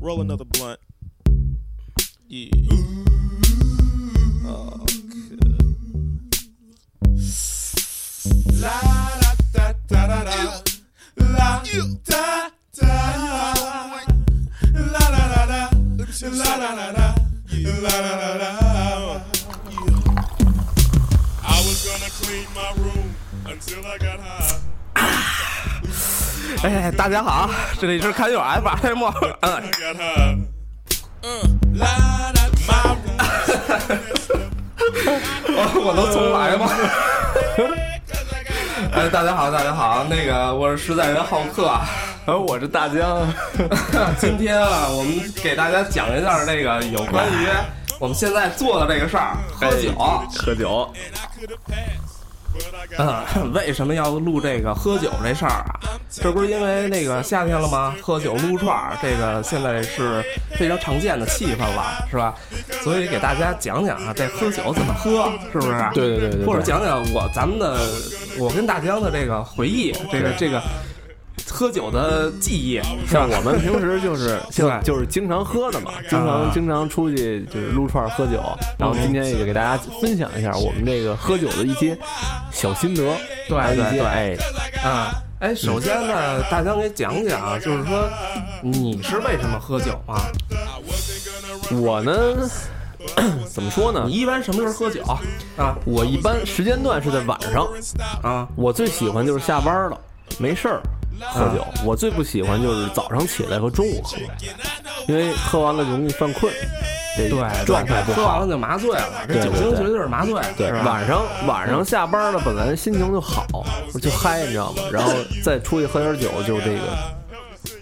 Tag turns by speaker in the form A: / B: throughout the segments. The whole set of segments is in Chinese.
A: Roll another blunt. Yeah. Oh, good.
B: La da da da da. La da da. La da da da. La da da da. La da da da. I was gonna clean my room until I got high.
C: 哎，大家好，这里是看九 FM，嗯，
B: I got high.
A: Uh.
B: La da my room.
C: 我能重来吗？
B: Cause I got high.
C: 哎，大家好，大家好，那个我是实在人浩克，啊呃
D: 然后我是大江，
C: 今天啊，我们给大家讲一下这个有关于我们现在做的这个事儿，喝酒。
D: 喝酒，
B: And I could have passed, but I got high.
C: 嗯， 为什么要录这个喝酒这事儿啊？这不是因为那个夏天了吗？喝酒撸串儿，这个现在是非常常见的气氛了，是吧？所以给大家讲讲啊，这喝酒怎么喝，是不是？
D: 对对对对对
C: 或者讲讲我咱们的，我跟大江的这个回忆，这个这个喝酒的记忆，是吧
D: 像？我们平时就是
C: 是吧
D: 就是经常喝的嘛，经常经常出去就是撸串儿喝酒，然后今天也给大家分享一下我们这个喝酒的一些小心得，
C: 对
D: 还有一
C: 对
D: 些
C: 对
D: 哎，
C: 啊，哎，首先呢，大江给讲讲啊，就是说你是为什么喝酒啊？
D: 我呢怎么说呢
C: 你？一般什么时候喝酒啊？啊
D: 我一般时间段是在晚上，
C: 啊
D: 我最喜欢就是下班了，没事儿喝酒。
C: 嗯
D: 我最不喜欢就是早上起来和中午喝，因为喝完了容易犯困，这
C: 对，
D: 状态不
C: 喝完
D: 好。
C: 了就麻醉了，这
D: 对
C: 酒
D: 对
C: 精
D: 对
C: 绝对是麻醉，
D: 对，
C: 是吧
D: 晚上晚上下班了，本来心情就好，就嗨，你知道吗？然后再出去喝点酒，就这个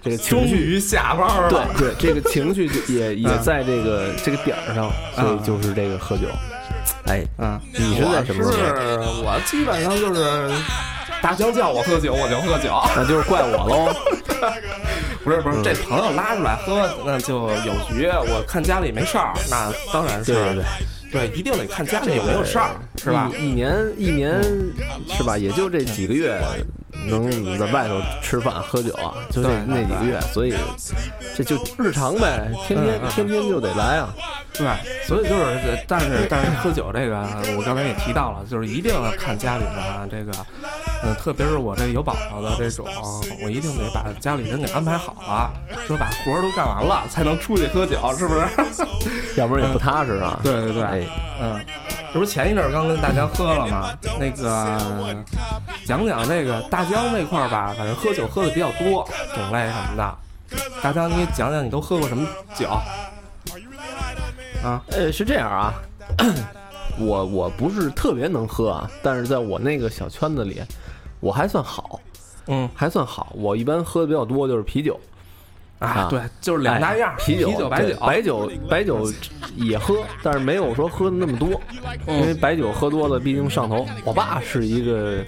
D: 这个
C: 终
D: 情绪，
C: 于下班了，
D: 对对，这个情绪就也
C: 嗯
D: 也在这个这个点儿上，所以就是这个喝酒。哎，
C: 嗯，
D: 你是在什么时候
C: 我是我基本上就是大江叫我喝酒我就喝嗯酒，
D: 那就是怪我喽。
C: 不是不是，这朋友拉出来喝那就有局，我看家里没事儿，那当然是
D: 对对对
C: 对嗯一定得看家里有没有事儿，是吧？
D: 一一年一年是吧？也就这几个月能在外头吃饭喝酒啊，就
C: 对
D: 那那几个月，所以这就日常呗，天天
C: 嗯嗯
D: 天天就得来啊。
C: 对，所以就是，但是但是喝酒这个，我刚才也提到了，就是一定要看家里人啊，这个，嗯，特别是我这有宝宝的这种，我一定得把家里人给安排好了，说把活儿都干完了才能出去喝酒，是 不是？
D: 要不然也不踏实啊。
C: 对对对，
D: 哎
C: 嗯，这不是前一阵儿刚跟大江喝了吗？那个讲讲这个大江那块儿吧，反正喝酒喝的比较多，种类什么的。大江，你讲讲你都喝过什么酒？啊，
D: 呃，是这样啊，我我不是特别能喝啊，但是在我那个小圈子里，我还算好，
C: 嗯
D: 还算好。我一般喝的比较多就是啤酒，
C: 啊
D: 啊，
C: 对，就是两大样儿，
D: 哎啤
C: 酒、
D: 酒、
C: 白
D: 对
C: 酒、
D: 白酒、白酒也喝，但是没有说喝的那么多，
C: 嗯
D: 因为白酒喝多了毕竟上头。我爸是一个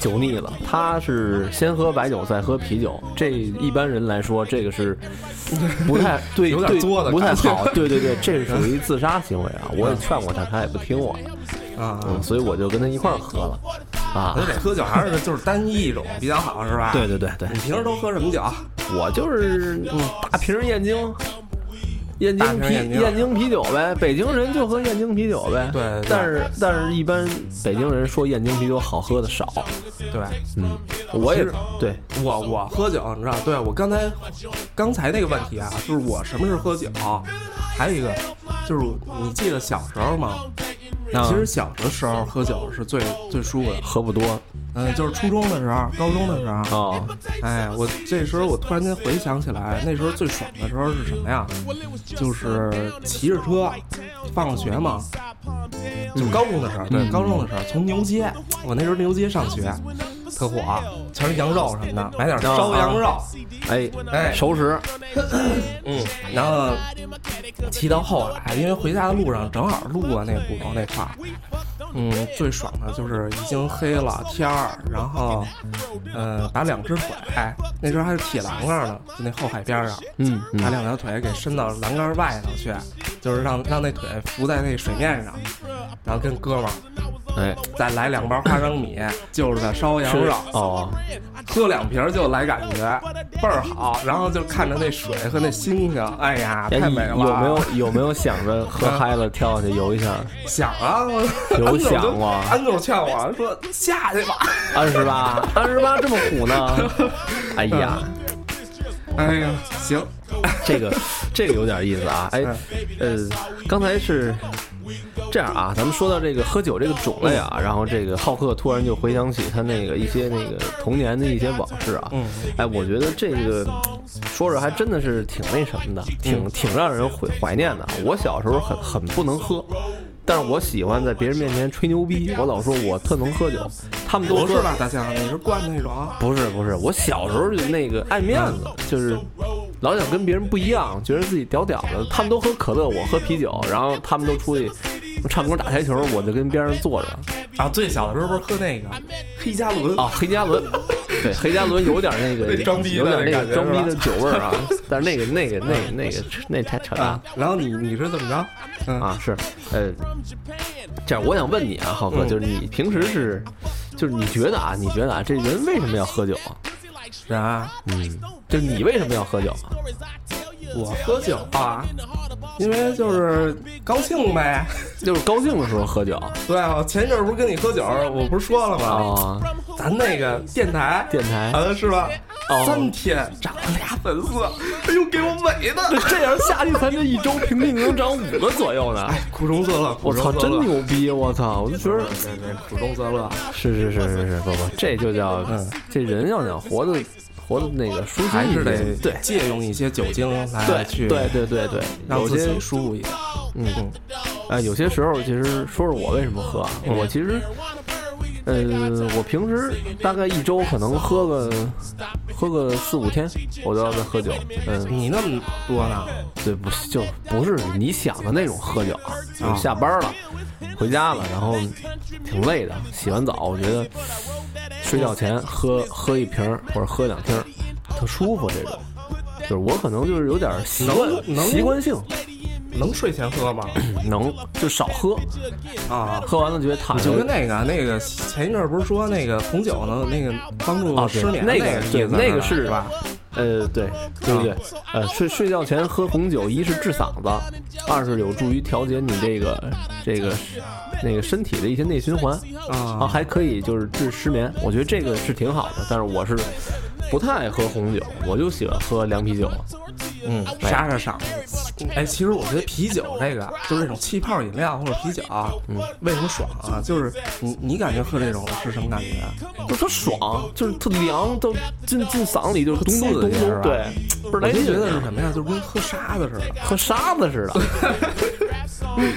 D: 酒腻子，他是先喝白酒再喝啤酒，这一般人来说这个是不 太对，
C: 有点
D: 对
C: 作的
D: 不太
C: 感觉嗯
D: 好。对对对，这是属于自杀行为啊！我也劝过他，他也不听我，
C: 啊，哎
D: 嗯，所以我就跟他一块儿喝了啊
C: 所以。这喝酒还是就是单一一种比较好，是吧？
D: 对。对对对，
C: 你平时都喝什么酒？啊
D: 我就是嗯大瓶儿燕京，燕
C: 大
D: 京
C: 瓶儿
D: 啤
C: 燕京
D: 燕京啤酒呗，北京人就喝燕京啤酒呗。
C: 对对
D: 但是但是一般北京人说燕京啤酒好喝的少，
C: 对，
D: 嗯，我也
C: 其实
D: 对，
C: 我我喝酒，你知道？对我刚才刚才那个问题啊，就是我什么是喝酒，还有一个就是你记得小时候吗？
D: 啊
C: 其实小的时候喝酒是最最舒服的，
D: 喝不多
C: 嗯，就是初中的时候、高中的时候，
D: 哦，
C: 哎，我这时候我突然间回想起来，那时候最爽的时候是什么呀？就是骑着车，放了学嘛，就高中的时候，对，高中的时候，从牛街，我那时候牛街上学，特火，全是羊肉什么的，买点烧羊肉，
D: 哎
C: 哎
D: 熟食，
C: 嗯，然后骑到后来，因为回家的路上正好路过那鼓楼那块儿，嗯，最爽的就是已经黑了天儿，然后，呃，把两只腿，那时候还是铁栏杆呢，就那后海边上，
D: 嗯
C: 把
D: 嗯，
C: 两条腿给伸到栏杆外头去，就是让让那腿浮在那水面上，然后跟哥们儿
D: 哎，
C: 再来两包花生米，就是烧羊肉
D: 吃，哦，
C: 喝两瓶就来感觉倍儿好，然后就看着那水和那星星，哎呀，
D: 哎
C: 太美了。
D: 有有没有有没有想着喝嗨了跳下去游一下？
C: 想啊？我
D: 有
C: 安总就
D: 想过
C: 安总劝我说下去吧。
D: 二十八，二十八这么虎呢？ 哎呀，
C: 哎呀，行，
D: 这个这个有点意思啊！哎，呃，刚才是这样啊，咱们说到这个喝酒这个种类啊，然后这个浩克突然就回想起他那个一些那个童年的一些往事啊。嗯，哎，我觉得这个说着还真的是挺那什么的，挺挺让人怀怀念的。啊我小时候很很不能喝。但是我喜欢在别人面前吹牛逼，我老说我特能喝酒，他们都
C: 不
D: 说
C: 是吧，大象，你是灌那种啊？
D: 不是不是，我小时候就那个爱面子，就是老想跟别人不一样，觉得自己屌屌的。他们都喝可乐，我喝啤酒，然后他们都出去唱歌打台球，我就跟边上坐着。
C: 啊，最小的时候不是喝那个哦黑加仑
D: 啊，黑加仑，对，黑加仑有点那个
C: 那装逼的
D: 有点那
C: 感觉
D: 个装逼的
C: 是
D: 酒味儿啊。但是那个那个那个那个那太扯淡了
C: 啊。然后你你是怎么着？嗯，
D: 啊，是，呃，这样我想问你啊，浩哥，
C: 嗯
D: 就是你平时是，就是你觉得啊，你觉得啊，这人为什么要喝酒啊？
C: 人啊，
D: 嗯，就你为什么要喝酒啊？
C: 我喝酒啊，因为就是高兴呗。
D: 就是高兴的时候喝酒啊、
C: 对啊，我前一阵儿不是跟你喝酒，我不是说了吗？咱那个电台，
D: 哦电台
C: 啊，是吧？
D: 哦
C: 三天涨了俩粉丝，哎呦，给我美的！
D: 这样下去，咱这一周平均能涨五个左右呢。
C: 苦中作乐，
D: 哎我
C: 苦中
D: 操，
C: 作乐
D: 真！牛逼！我操，我就觉得
C: 对对，苦中作乐。
D: 是是是是是，不不，这就叫这人要想活的活的那个舒心一些，
C: 还是得
D: 对
C: 借用一些酒精来
D: 对
C: 去
D: 对对对对，
C: 让
D: 有
C: 自
D: 些
C: 己舒服一点。
D: 嗯，呃，有些时候其实说说我为什么喝啊，我其实，呃，我平时大概一周可能喝个喝个四五天，我都要在喝酒。嗯，
C: 你那么多呢？
D: 对，不是就不是你想的那种喝酒啊，就
C: 啊
D: 是下班了，回家了，然后挺累的，洗完澡，我觉得睡觉前喝喝一瓶儿或者喝两瓶儿，特舒服这种。就是我可能就是有点习惯
C: 能能
D: 习惯性，
C: 能睡前喝吗？
D: 能就少喝，
C: 啊，
D: 喝完了觉得躺下
C: 就跟那个那个前一阵儿不是说那个红酒能那个帮助
D: 哦
C: 失眠
D: 对那
C: 个
D: 个
C: 意
D: 对
C: 思吧
D: 那个是
C: 是吧？啊
D: 呃，对对对，呃，睡睡觉前喝红酒，一是治嗓子，二是有助于调节你这个这个那个身体的一些内循环，啊，
C: 啊，
D: 还可以就是治失眠，我觉得这个是挺好的。但是我是不太爱喝红酒，我就喜欢喝凉啤酒。
C: 嗯，杀杀嗓子。哎，其实我觉得啤酒这个就是这种气泡饮料或者啤酒啊，嗯，为什么爽啊？就是你你感觉喝这种是什么感觉？啊
D: 就特爽，就是特凉，都进进嗓子里就咚咚
C: 刺
D: 咚
C: 激是吧
D: 咚，对，倍儿
C: 我
D: 来
C: 就
D: 劲
C: 觉得是什么呀？就跟喝沙子似的。
D: 和沙子似的。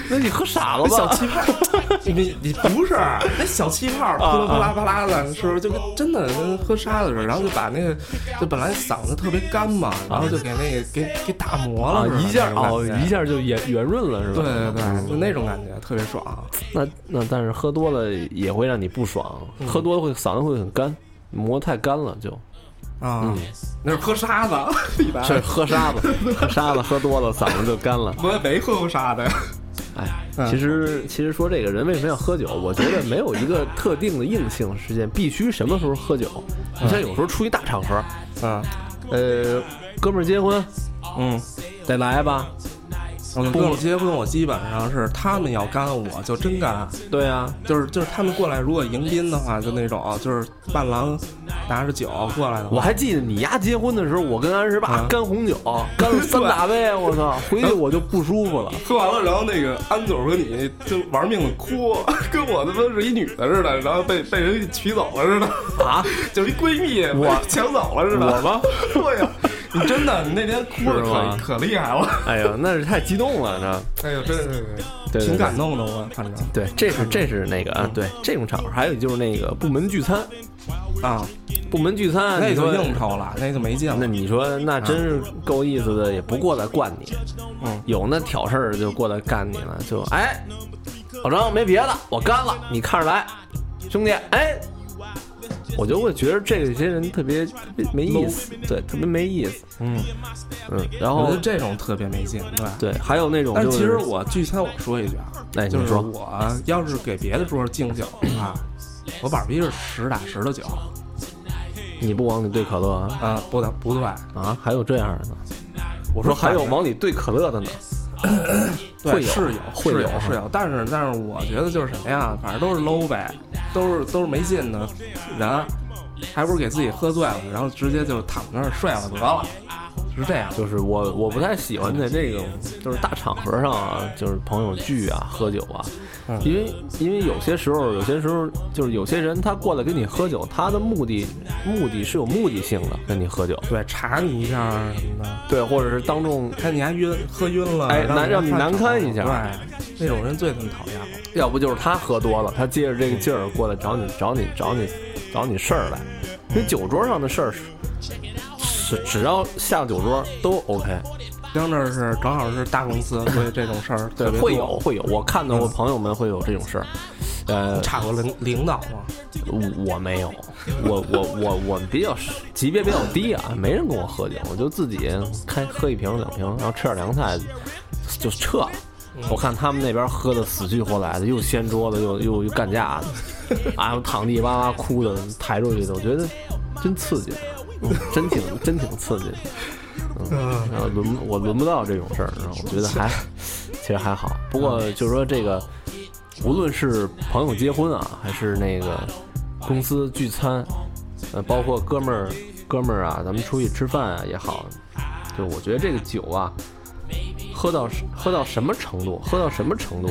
D: 那你喝傻了吧？
C: 小气泡， 你你不是啊那小气泡，
D: 啊
C: 扑啦扑啦啪啦的，是不是就跟真的跟喝沙子似的？然后就把那个，就本来嗓子特别干嘛，然后就给那个给给打磨
D: 啊
C: 了，是吧
D: 一下
C: 那种
D: 哦，
C: 感觉
D: 一下就圆圆润了是吧？
C: 对对对，就那种感觉特别爽。啊
D: 那那但是喝多了也会让你不爽，喝多了会嗓子会很干，磨太干了就。
C: 啊，那是喝沙子，李白
D: 嗯是喝沙子， 喝沙子喝多了嗓子就干了。
C: 我也没喝过沙子呀。
D: 哎，
C: 嗯
D: 其实其实说这个人为什么要喝酒，我觉得没有一个特定的硬性事件，必须什么时候喝酒。你像有时候出一大场合，
C: 啊，
D: 呃，哥们儿结婚
C: 嗯，
D: 得来吧，
C: 我跟我结婚，我基本上是他们要干，我就真干。
D: 对啊，
C: 就是就是他们过来，如果迎宾的话，就那种就是伴郎拿着酒过来的话
D: 我还记得你丫结婚的时候，我跟安十八
C: 啊
D: 干红酒，干了三大杯，啊我操，回去我就不舒服了。
C: 喝完了，然后那个安总和你就玩命的哭，跟我他妈是一女的似的，然后被被人给娶走了似的
D: 啊，
C: 就是一闺蜜
D: 我
C: 被抢走了似的。
D: 我吗？
C: 对呀、你真的，你那天哭的
D: 是吗
C: 可可厉害了，
D: 哎呀，那是太激动了，这。
C: 哎呦，真是
D: 对对
C: 挺感动的，我反正
D: 对，这是这是那个啊，对这种场合，还有就是那个部门聚餐，
C: 啊，
D: 部门聚餐，啊
C: 那
D: 嗯你
C: 就
D: 说
C: 应酬了，那就没劲
D: 那
C: 了。
D: 你说那真是够意思的，也不过来惯你，
C: 嗯
D: 有那挑事儿就过来干你了，就哎，老张没别的，我干了，你看着来，兄弟，哎，我就会觉得这些人特别特别没意思，对，特别没意思，
C: 嗯，
D: 嗯，然
C: 我觉
D: 后
C: 得这种特别没劲，对吧。
D: 对，还有那种、
C: 但
D: 就是是，
C: 其实我具体我说一句啊，
D: 哎
C: 就
D: 你
C: 是
D: 说
C: 我要是给别的桌敬酒的话，我板儿逼是十打十的酒
D: 你不往里兑可乐啊
C: 啊，不对不对，
D: 啊，还有这样的呢？
C: 我
D: 我说还有
C: 吗？
D: 往里兑可乐的呢，
C: 对
D: 会有
C: 是有
D: 会
C: 是
D: 有
C: 有
D: 哈
C: 是有，但是但是我觉得就是什么呀，反正都是 low 呗，都是都是没劲的人，还不如给自己喝醉了，然后直接就躺那儿睡了得了，是这样。
D: 就是我我不太喜欢在这种就是大场合上啊，就是朋友聚啊、喝酒啊，因为因为有些时候，有些时候就是有些人他过来跟你喝酒，他的目的目的是有目的性的跟你喝酒，
C: 对，查你一下什么的，
D: 对，或者是当众，
C: 看你还晕喝晕了，
D: 哎
C: 人
D: 难让你
C: 看
D: 难
C: 着
D: 堪一下
C: 对，那种人最他妈讨厌了。
D: 要不就是他喝多了，他借着这个劲儿过来找你找你找你找你事儿来，因为酒桌上的事儿是是只要下酒桌都 OK，
C: 江这儿是正好是大公司，所以这种事儿特
D: 对，
C: 别
D: 会
C: 多
D: 有会有，我看到过朋友们会有这种事儿，呃，
C: 差过领领导吗？
D: 我我没有，我我我我比较级别比较低啊，没人跟我喝酒，我就自己开喝一瓶两瓶，然后吃点凉菜就撤了。我看他们那边喝的死去活来的，又掀桌子，又又又干架的，啊，又躺地哇哇哭的，抬出去的，我觉得真刺激，嗯、真挺真挺刺激的。嗯，然后轮我轮不到这种事儿，然后我觉得还其实还好。不过就是说这个，无论是朋友结婚啊，还是那个公司聚餐，呃，包括哥们儿哥们儿啊，咱们出去吃饭啊也好，就我觉得这个酒啊，喝到喝到什么程度，喝到什么程度，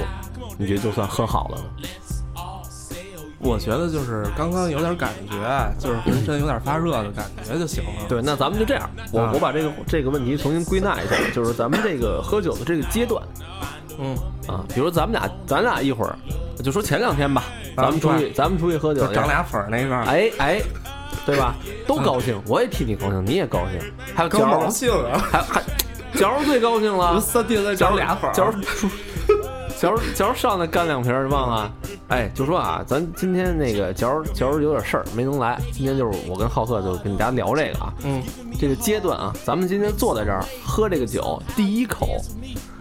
D: 你觉得就算喝好了呢？
C: 我觉得就是刚刚有点感觉，就是浑身有点发热的感觉就行了。
D: 对，那咱们就这样，我
C: 啊
D: 我把这个这个问题重新归纳一下，就是咱们这个喝酒的这个阶段，
C: 嗯，
D: 啊，比如咱们俩，咱俩一会儿就说前两天吧，咱们出去，咱们出去喝酒
C: 就
D: 去，
C: 长俩粉儿那个，，
D: 哎哎，对吧？都高兴，我也替你高兴，你也高兴，还有
C: 高
D: 角
C: 毛
D: 儿，
C: 兴啊，
D: 还还角儿最高兴 了，
C: 三天再
D: 角
C: 长
D: 儿
C: 俩粉儿，
D: 角儿出。角儿角儿上来干两瓶儿，忘了，哎，就说啊，咱今天那个角儿角儿有点事儿没能来，今天就是我跟浩克就跟大家聊这个啊，
C: 嗯，
D: 这个阶段啊，咱们今天坐在这儿喝这个酒，第一口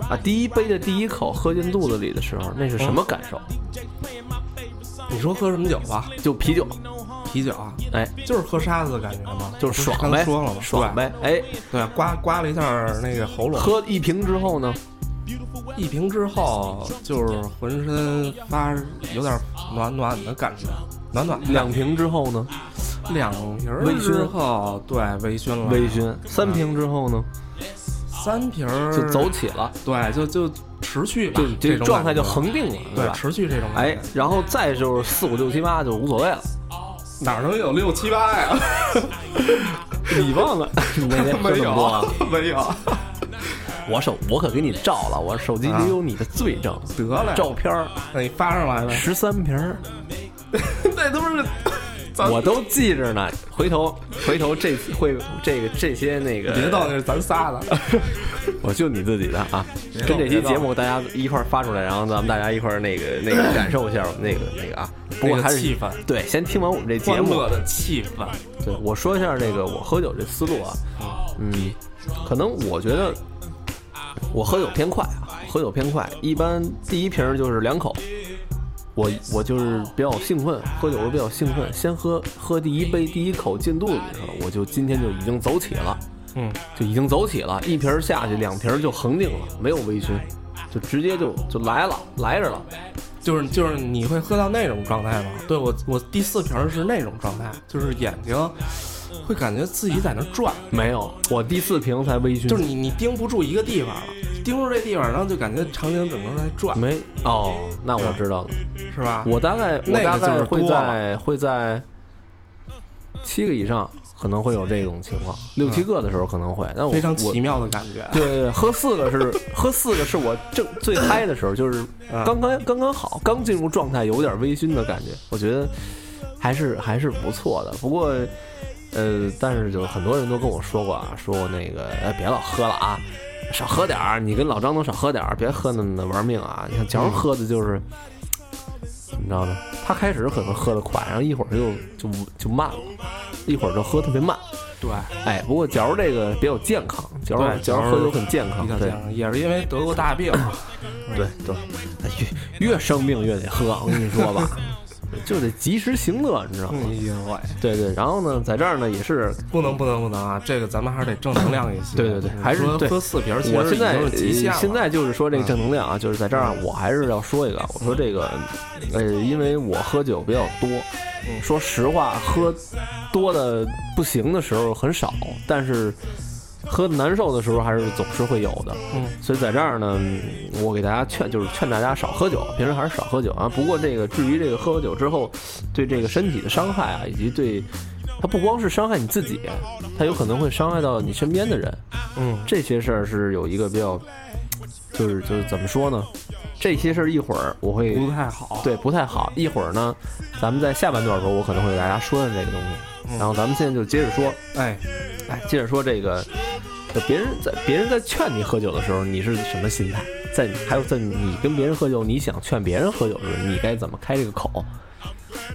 D: 啊，第一杯的第一口喝进肚子里的时候，那是什
C: 嗯
D: 么感受？
C: 你说喝什么酒吧？
D: 就啤酒，
C: 啤酒啊，
D: 哎，
C: 就是喝沙子的感觉嘛，
D: 就是爽
C: 刚
D: 呗，
C: 才说了嘛，
D: 爽呗，哎，
C: 对，对，刮刮了一下那个喉咙，
D: 喝一瓶之后呢，
C: 一瓶之后就是浑身发有点暖暖的感觉，暖暖的
D: 两瓶之后呢，
C: 两瓶儿
D: 微醺
C: 之后，对，微醺了，
D: 微醺，三瓶之后呢，
C: 三瓶儿
D: 就走起了，
C: 对，就就持续吧
D: 就，这
C: 这
D: 个
C: 种
D: 状态就
C: 感觉
D: 恒定了，对
C: 对，
D: 吧？
C: 持续这种感
D: 哎
C: 觉，，
D: 然后再就是四五六七八就无所 谓了。
C: 哪能有六七八呀？
D: 你忘了？你 那天喝那么多啊？
C: 没有，
D: 我手我可给你照了，我手机里有你的罪证，
C: 啊得嘞，哎
D: 照片儿
C: 那你发上 来呗，
D: 十三瓶儿，
C: 那都 是
D: 我都记着呢。回头回头这次会这个这些那个，
C: 别到那是咱仨的，
D: 我就你自己的啊。
C: 别
D: 跟
C: 动
D: 这期
C: 别动
D: 节目大家一块儿发出来，然后咱们大家一块儿那个那个感受一下我们那个那个啊。不
C: 那
D: 过
C: 个
D: 还是
C: 气氛
D: 对，先听完我们这节
C: 欢
D: 目
C: 乐，的气氛，
D: 对，我说一下这个我喝酒这思路啊，嗯，可能我觉得我喝酒偏快啊，喝酒偏快，一般第一瓶就是两口，我我就是比较兴奋，喝酒我比较兴奋，先喝喝第一杯第一口进肚子里头了，我就今天就已经走起了，
C: 嗯，
D: 就已经走起了，一瓶下去，两瓶就恒定了，没有微醺，就直接就就来了，来着了，
C: 就是就是你会喝到那种状态吗？对我我第四瓶儿是那种状态，就是眼睛会感觉自己在那儿转，
D: 没有，我第四瓶才微醺，
C: 就是你你盯不住一个地方了，盯住这地方，然后就感觉场景整个在转，
D: 没哦，那
C: 嗯
D: 我知道了。
C: 是吧？
D: 我大概我
C: 那个
D: 大概
C: 就是
D: 会
C: 多
D: 在会在七个以上可能会有这种情况，六七个的时候可能会。但我
C: 非常
D: 我
C: 奇妙的感觉，
D: 对对对，喝四个是喝四个是我正最嗨的时候，就是
C: 嗯
D: 刚刚刚刚好，刚进入状态，有点微醺的感觉，我觉得还是还是不错的。不过，呃，但是就很多人都跟我说过啊，说那个哎别老喝了啊，少喝点儿，你跟老张都少喝点儿，别喝那么的玩命啊。像乔儿喝的就是。么着呢？他开始可能喝得快，然后一会儿又就就慢了，一会儿就喝特别慢。
C: 对，
D: 哎，不过嚼这个比较健康，嚼
C: 对
D: 嚼
C: 嚼
D: 喝酒很健康
C: 比，较
D: 对
C: 健康，也是因为得过大病，
D: 对对，哎越越生病越得喝，我跟你 说吧，就得及时行乐，你知道
C: 哎
D: 吗？
C: 呦喂，
D: 对对，然后呢，在这儿呢也是
C: 不能不能不能啊！这个咱们还是得正能量一些。
D: 对对对还是
C: 说
D: 对
C: 喝四瓶，其
D: 我
C: 实已
D: 现在
C: 经是极限
D: 呃
C: 了。嗯
D: 现在就是说这个正能量啊，就是在这儿我还是要说一个，我说这个，呃，因为我喝酒比较多，
C: 嗯
D: 说实话，喝多的不行的时候很少，但是喝得难受的时候还是总是会有的。
C: 嗯，
D: 所以在这儿呢，嗯我给大家劝，就是劝大家少喝酒，平时还是少喝酒啊。不过这个至于这个喝酒之后对这个身体的伤害啊，以及对它不光是伤害你自己，它有可能会伤害到你身边的人。
C: 嗯，
D: 这些事儿是有一个比较，就是就是怎么说呢？这些事儿一会儿我会
C: 不太好。
D: 对不太好，一会儿呢，咱们在下半段的时候我可能会给大家说的这个东
C: 嗯
D: 西。然后咱们现在就接着说，
C: 哎，
D: 哎，接着说这个，就别人在别人在劝你喝酒的时候，你是什么心态？在你还有在你跟别人喝酒，你想劝别人喝酒的时，候，你该怎么开这个口？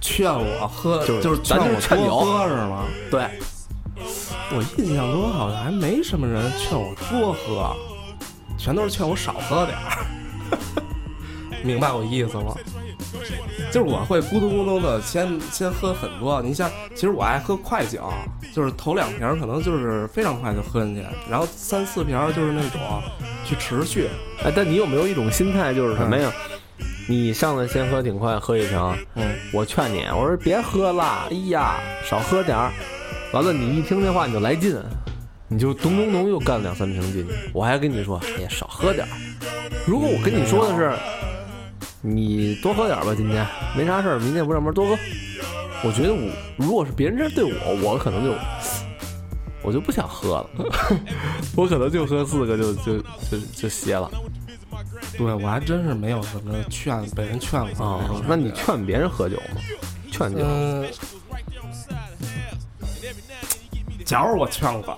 C: 劝我喝，
D: 就是
C: 就是
D: 咱就是
C: 我
D: 劝酒
C: 多喝是吗？
D: 对，
C: 我印象中好像还没什么人劝我多喝，全都是劝我少喝点 儿。明白我意思吗？就是我会咕咚咕咚的先先喝很多，你像其实我爱喝快酒，就是头两瓶儿可能就是非常快就喝进去，然后三四瓶儿就是那种去持续，
D: 哎，但你有没有一种心态，就是什么呀？你上来先喝挺快，喝一瓶，
C: 嗯，
D: 我劝你，我说别喝了，哎呀，少喝点儿。完了，你一听这话你就来劲，你就咚咚咚又干两三瓶进去。我还跟你说，哎呀，少喝点儿。如果我跟你说的是，你多喝点儿吧，今天没啥事儿，明天不上班多喝。我觉得我如果是别人这样对我，我可能就我就不想喝了， 我可能就喝四个就就就就歇了。
C: 对我还真是没有什么劝被人劝过的
D: 哦
C: 种，
D: 那你劝别人喝酒吗？劝酒，
C: 嗯，假如我劝过，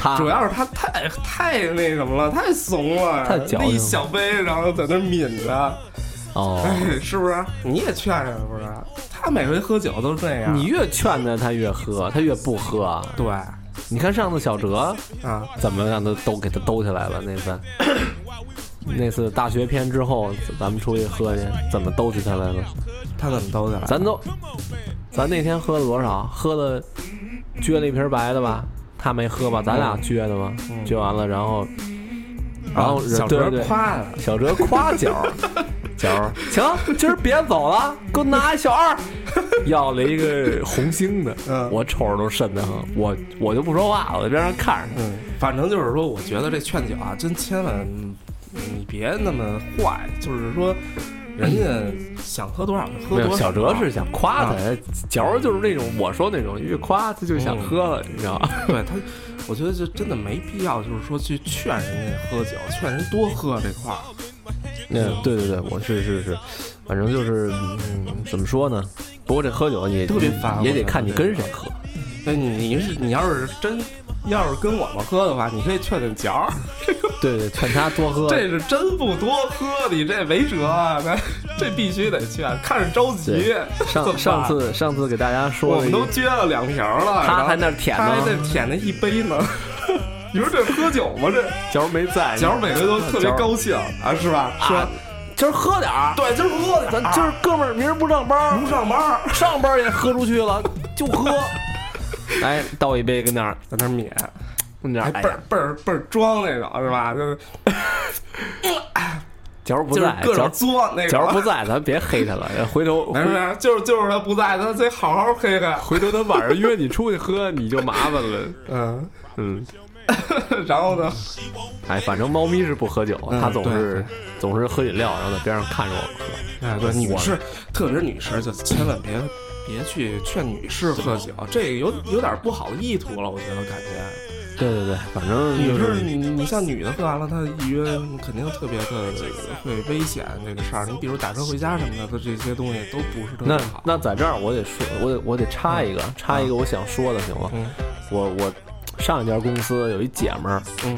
D: 他
C: 主要是他太太那什么了，太怂了，
D: 太矫情了
C: 那一小杯，然后在那抿着，
D: 哦，
C: 哎，是不是？你也劝劝，不是？他每回喝酒都这样，
D: 你越劝他，他越喝，他越不喝。
C: 对
D: 你看上次小哲
C: 啊，
D: 怎么让他都给他兜起来了那次，那次大学篇之后，咱们出去喝去，怎么兜起他来了？
C: 他怎么啊兜起来？
D: 咱都，咱那天喝了多少？喝了，撅了一瓶白的吧，他没喝吧？咱俩撅的嘛，撅完了，然后，然后
C: 嗯啊小
D: 对
C: 哲
D: 对对
C: 夸了，
D: 小哲 夸角儿，角儿，行，今儿别走了，给我拿一 小二，要了一个红星的，
C: 嗯
D: 我瞅着都瘆得慌，我我就不说话，我在边上看着他。
C: 嗯，反正就是说，我觉得这劝酒啊，真千万嗯你别那么坏，就是说，人家想喝多少就喝
D: 没
C: 多
D: 有，
C: 少。
D: 小哲是想夸他哎
C: 啊，
D: 角儿就是那种我说那种越夸他就想喝了，你知 道吗？
C: 对他，我觉得就真的没必要，就是说去劝人家喝酒，劝人多喝这块儿。
D: 那嗯对对对，我是是是，反正就是嗯，怎么说呢？不过这喝酒也
C: 特别烦
D: 也
C: 我
D: 得
C: 觉得
D: 看你
C: 这
D: 跟
C: 个
D: 谁喝。
C: 那你你是你要是真要是跟我们喝的话，你可以劝劝嚼儿，
D: 对对，劝他多喝。
C: 这是真不多喝，你这没辙啊，那这必须得劝，看着着急
D: 对。
C: 怎么
D: 上
C: 办
D: 上次上次给大家说
C: 我
D: 了一
C: 们都撅了两瓶了，
D: 他
C: 然后
D: 还那儿舔呢
C: 他还在 舔那一杯呢。 你说这喝酒吗？这
D: 角儿没在，
C: 嚼儿每回都特别
D: 嚼儿
C: 高兴啊，是吧？说、
D: 啊今儿喝点儿，
C: 对，今儿喝的，
D: 咱今儿哥们儿明儿不上班儿，
C: 不上班儿，
D: 上班儿也喝出去了，就喝。哎，倒一杯跟那儿
C: 在那儿抿。
D: 跟那儿，
C: 还
D: 哎
C: 倍
D: 呀
C: 儿，倍儿倍儿装那种是吧？就是
D: 角儿不
C: 就是
D: 在，
C: 各
D: 角
C: 种
D: 儿
C: 作那
D: 角
C: 种
D: 儿。不在，咱别黑他了，回头
C: 没事没事， 就是就是他不在，他得好好黑黑。
D: 回头他晚上约你出去喝，你就麻烦了。
C: 嗯，
D: 嗯，
C: 然后呢？
D: 哎，反正猫咪是不喝酒，
C: 嗯
D: 它总是
C: 对
D: 总是喝饮料，然后在边上看着我们喝。
C: 哎，对，女士，特别是女士，就千万别别去劝女士喝酒，这个有有点不好的意图了，我觉得感觉。
D: 对对对，反正
C: 女
D: 就
C: 士，
D: 是
C: 你你像女的喝完了，她一约肯定特别的会危险这个事儿。你比如打车回家什么的，她这些东西都不是特别
D: 那
C: 好。
D: 那在这儿我得说，我得我得插一个插一个我想说的，行吗？
C: 嗯
D: 我我上一家公司有一姐们儿，
C: 嗯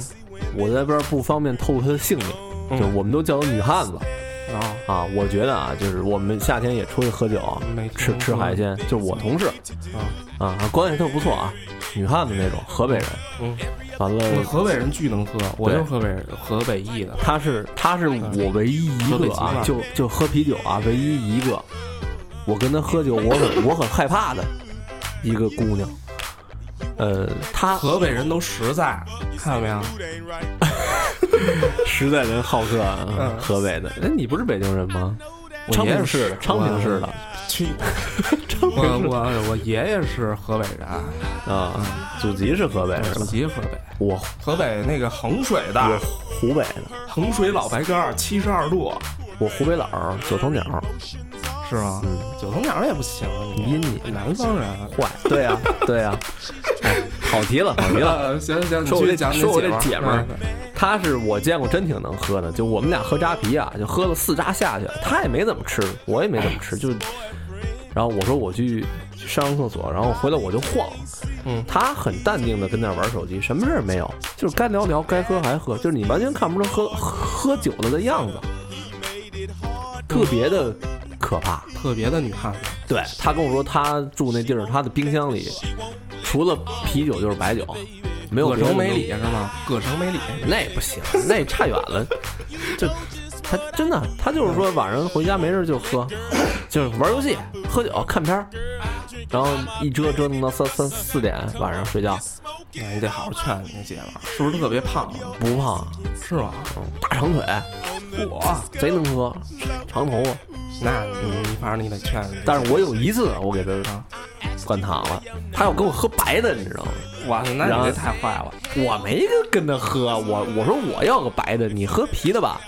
D: 我在边儿不方便透露她的姓名，就我们都叫她女汉子。
C: 啊，
D: 啊，我觉得啊，就是我们夏天也出去喝酒啊
C: 没，嗯听
D: 吃吃
C: 说
D: 海鲜，就是我同事啊啊，关系特不错啊，女汉子那种，河北人。
C: 嗯，
D: 完
C: 我
D: 了，
C: 河北人巨能喝，我就是河北人河北裔的，
D: 他是他是我唯一一
C: 河北
D: 个
C: 籍
D: 啊
C: 吧，
D: 就就嗯喝啤酒啊，唯一一个，我跟他喝酒，我很 我很害怕的一个姑娘。呃，她
C: 河北人都实在，看到没有？
D: 实在人好客啊，
C: 嗯
D: 河北的。哎，你不是北京人吗？
C: 我
D: 昌
C: 爷爷
D: 平市的，昌平市的
C: 去，我我我爷爷是河北人，
D: 啊，祖籍是河北是
C: 祖
D: 吧？
C: 籍河北，
D: 我
C: 河北那个衡水
D: 我
C: 的
D: 湖北的，
C: 衡水老白干七十二度，
D: 我湖北佬儿，九 头鸟儿。
C: 是吗？九头鸟也不行，啊
D: 阴你
C: 南方人。啊
D: 坏，对呀、对呀、哎，跑题了，跑题了。
C: 呃，行行行，你
D: 说我
C: 继续
D: 这
C: 讲你
D: 说我这姐们
C: 们啊
D: 儿，她是我见过真挺能喝的，就我们俩喝扎啤啊，就喝了四扎下去，她也没怎么吃，我也没怎么吃，就，然后我说我去上个厕所，然后回来我就晃，
C: 嗯
D: 她很淡定的跟那儿玩手机，什么事儿没有，就是该聊聊，该喝还喝，就是你完全看不出喝喝喝酒了的样子，特别的可怕。
C: 特别的女汉子，
D: 对他跟我说，他住那地儿，他的冰箱里除了啤酒就是白酒，没有
C: 葛
D: 别的
C: 城美
D: 东西
C: 里是吗？葛城美里，
D: 那也不行，那也差远了。就他真的，他就是说晚上回家没事就喝，就是玩游戏、喝酒、看片儿，然后一折折腾到三三四点，晚上睡觉
C: 那哎你得好好劝你那姐们儿，是不是特别胖？啊
D: 不胖，嗯
C: 是吗？
D: 大长腿，
C: 我，
D: 贼能喝，长头发。
C: 那你反正你得劝。
D: 但是我有一次我给他灌糖了，他要跟我喝白的，你知道吗？
C: 哇，那
D: 然
C: 你
D: 后
C: 这太坏了。
D: 我没跟他喝，我我说我要个白的，你喝啤的吧。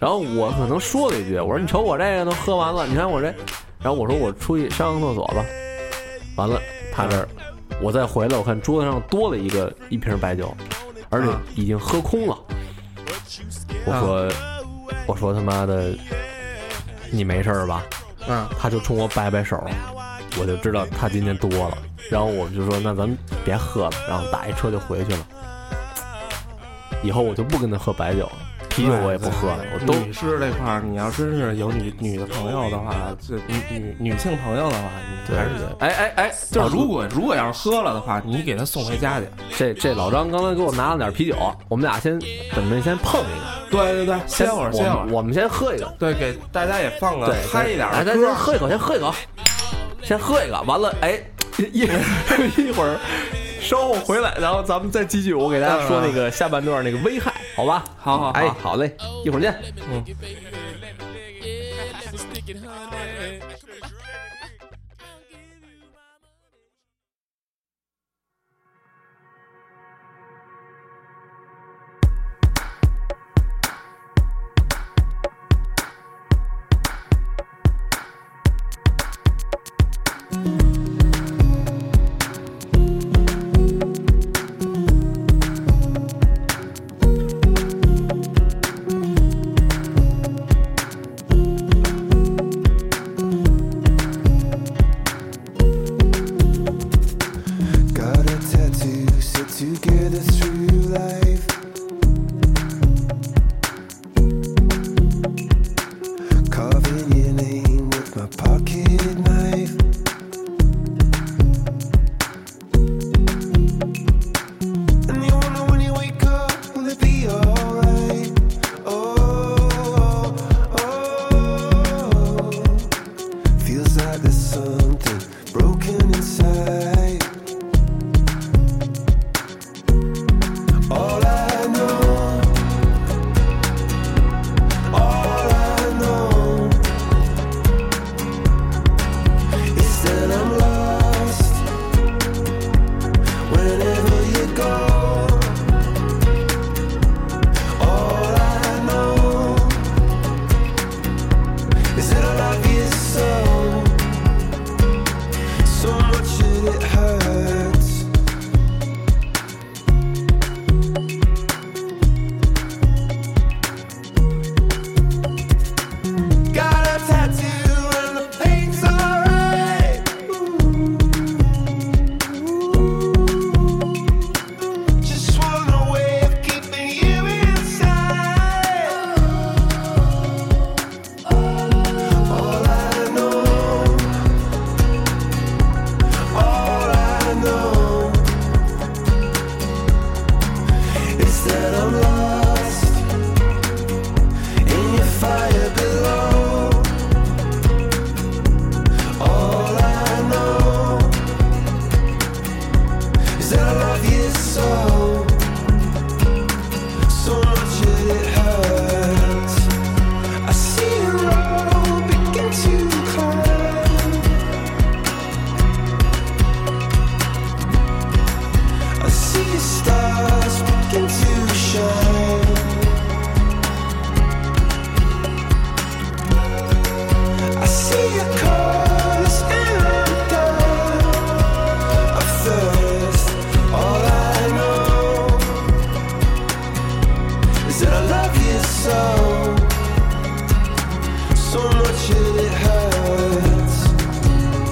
D: 然后我可能说了一句，我说你瞅我这个都喝完了，你看我这，然后我说我出去上个厕所吧。完了，他这儿，我再回来，我看桌子上多了一个一瓶白酒，而且已经喝空了。我说，我说他妈的，你没事儿吧？
C: 嗯，
D: 他就冲我摆摆手，我就知道他今天多了。然后我们就说，那咱们别喝了，然后打一车就回去了。以后我就不跟他喝白酒了，啤酒我也不喝
C: 嗯
D: 了，我都
C: 女士这块儿，你要真是有女女的朋友的话，这女女女性朋友的话，你还是得。
D: 哎哎哎，
C: 就
D: 啊
C: 是如果如果要是喝了的话，你给她送回家去。
D: 这这老张刚才给我拿了点啤酒，我们俩先准备先碰一个，
C: 对对对，歇会儿歇
D: 我
C: 会
D: 们
C: 儿。
D: 我们先喝一个，
C: 对，给大家也放个
D: 对，
C: 嗨一点
D: 哎，
C: 儿的
D: 咱先
C: 歌。
D: 喝一口，先喝一口，先喝一个，完了，哎， 一一会儿稍后回来，然后咱们再继续，我给大家说那个下半段那个危害，好吧？
C: 好好好
D: 哎，好嘞，一会儿见。
E: Got a tattoo set to get us through life. Carving your name with my pocket knife. And you wonder when you wake up, will it be alright? Oh, oh, oh. Feels like there's something broken inside. All I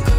E: Oh,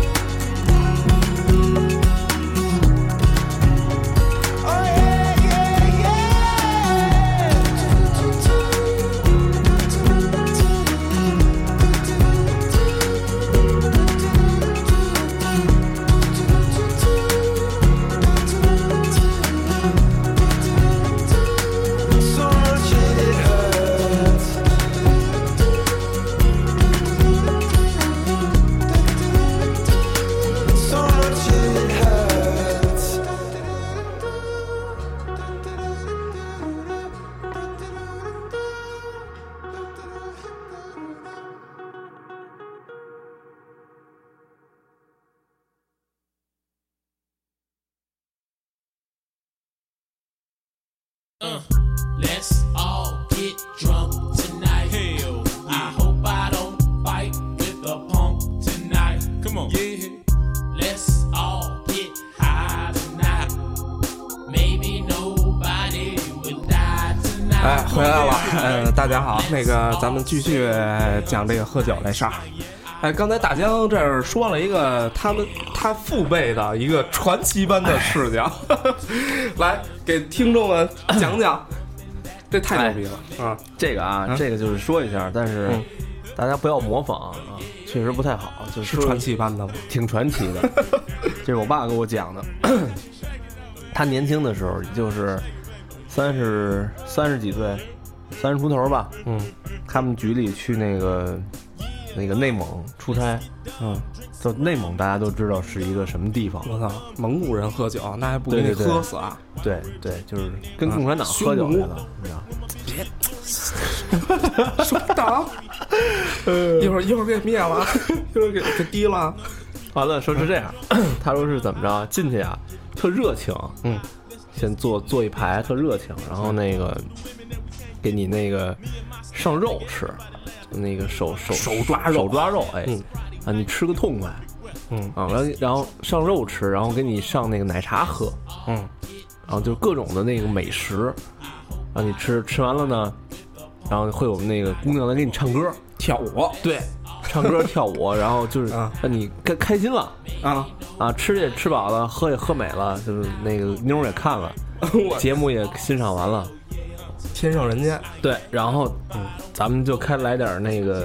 F: Uh, let's all get drunk tonight.
B: Hell
F: I hope I don't fight with a punk tonight.
B: Come on. Yeah.
F: Let's all get high tonight. Maybe nobody will die tonight.
C: 哎，回来了，呃，大家好，那个咱们继续讲这个喝酒这事儿。哎，刚才大江这儿说了一个他们他父辈的一个传奇般的视 角，来给听众们讲讲，
D: 哎
C: 这太牛逼了啊！
D: 这个啊，这个就是说一下，但是
C: 嗯
D: 大家不要模仿啊，确实不太好，就是说
C: 传奇般的吗？
D: 挺传奇的， 这是我爸给我讲的。 他年轻的时候，也就是三十三十几岁，三十出头吧。
C: 嗯，
D: 他们局里去那个那个内蒙出差，
C: 嗯，
D: 就内蒙大家都知道是一个什么地方，
C: 我操，蒙古人喝酒那还不给你
D: 对对对
C: 喝死啊？
D: 对对，就是跟共产党喝酒去了，你知道。
C: 什么 党？一会儿一会儿给灭了， 一会儿给给滴了。
D: 完了，说是这样， 他说是怎么着进去啊，特热情，
C: 嗯，
D: 先坐坐一排，特热情，然后那个给你那个上肉吃，那个手手手
C: 抓肉
D: 手抓肉，哎，
C: 嗯
D: 啊，你吃个痛快，
C: 嗯
D: 啊，然后然后上肉吃，然后给你上那个奶茶喝，
C: 嗯，
D: 然后就各种的那个美食，然后你吃吃完了呢，然后会有那个姑娘来给你唱歌，
C: 跳舞
D: 对，唱歌跳舞，然后就是
C: 啊
D: 让你开开心了。
C: 啊！
D: 啊，吃也吃饱了，喝也喝美了，就是那个妞儿也看了，
C: 我
D: 节目也欣赏完了，
C: 天上人间，
D: 对，然后、嗯、咱们就开来点儿那个，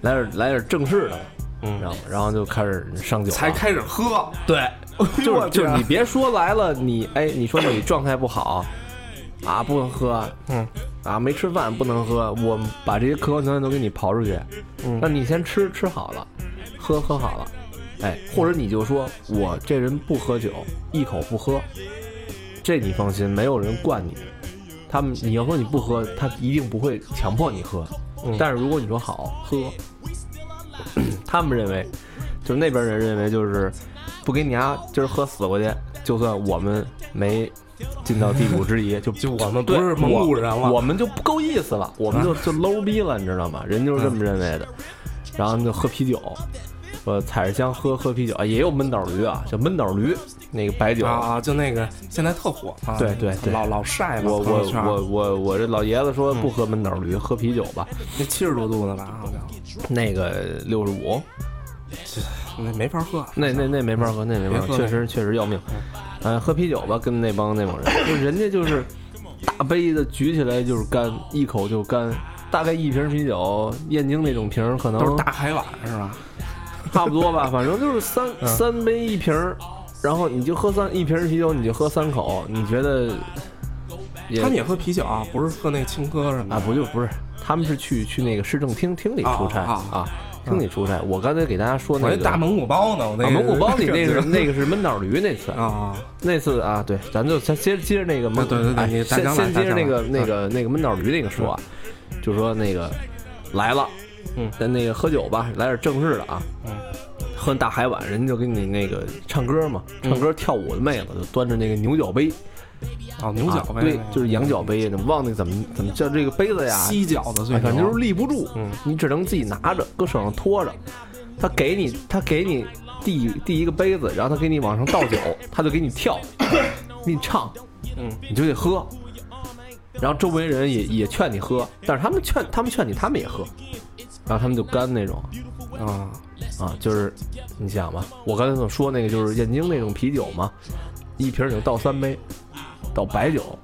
D: 来点儿来点儿正式的，嗯，然后然后就开始上酒了，
C: 才开始喝，
D: 对，就
C: 我
D: 是就是
C: 天
D: 你别说来了，你哎，你说你状态不好啊，不能喝，嗯，啊没吃饭不能喝，我们把这些客观条件都给你刨出去，嗯，那你先吃吃好了，喝喝好了，哎，或者你就说我这人不喝酒，一口不喝，这你放心，没有人惯你。他们，你要说你不喝，他一定不会强迫你喝。
C: 嗯
D: 但是如果你说好喝，他们认为，就是那边人认为就是不给你啊，今儿喝死过去，就算我们没尽到地主 之谊，就
C: 就我们不啊
D: 对
C: 是蒙古人
D: 我
C: 了，
D: 我们就不够意思了，我们就就 low 逼了，你知道吗？人就是这么认为的，然后就喝啤酒。我踩着香喝喝啤酒，啊也有闷斗驴啊，叫闷斗驴，那个白酒
C: 啊啊，就那个现在特火嘛，
D: 对对对
C: 老老晒嘛，
D: 我
C: 朋
D: 我
C: 友圈
D: 我我我这老爷子
C: 嗯
D: 说不喝闷斗驴，喝啤酒吧，
C: 那七十多度的吧，好像
D: 那个六十五，
C: 那没法喝，
D: 那那那没法喝，那没
C: 别
D: 法
C: 喝那
D: 喝，确实确实要命。嗯，喝啤酒吧，跟那帮那帮人，就人家就是大杯的举起来就是干，一口就干，大概一瓶啤酒，燕京那种瓶儿可
C: 都是
D: 能
C: 大海碗是吧？
D: 差不多吧，反正就是三
C: 嗯
D: 三杯一瓶儿，然后你就喝三一瓶啤酒，你就喝三口，你觉得也
C: 他们也喝啤酒啊，不是喝那个青稞什么
D: 啊，
C: 的，
D: 不就不是，他们是去去那个市政厅厅里出差
C: 啊啊
D: 啊，厅里出差。我刚才给大家说
C: 我
D: 那
C: 那
D: 个
C: 大蒙古包呢，我那
D: 啊
C: 个
D: 蒙古 包里那是
C: 感觉
D: 那个是闷倒驴那次
C: 啊，
D: 那次啊，对，咱就先接接着那个蒙，
C: 对对对
D: 哎
C: 你大
D: 先
C: 江来
D: 先接
C: 大
D: 着
C: 江啊
D: 那个
C: 来
D: 那个那个闷倒驴那个说啊，就说那个来了，
C: 嗯，
D: 咱那个喝酒吧，来点正式的啊，
C: 嗯，
D: 喝大海碗，人家就给你那个唱歌嘛，
C: 嗯
D: 唱歌跳舞的妹子就端着那个牛角杯，
C: 哦牛角
D: 啊
C: 呗，
D: 对，就是羊角杯，怎么忘那怎么怎么叫这个杯子呀？
C: 西饺子最
D: 哎反正就
C: 牛
D: 是立不住，
C: 嗯
D: 你只能自己拿着，搁手上托着。他给你，他给你递递一个杯子，然后他给你往上倒酒，他就给你跳，给你唱，嗯，你就得喝。然后周围人也也劝你喝，但是他们劝他们劝你，他们也喝，然后他们就干那种
C: 啊，
D: 啊，就是你想吧，我刚才所说那个就是燕京那种啤酒嘛，一瓶酒倒三杯，倒白酒，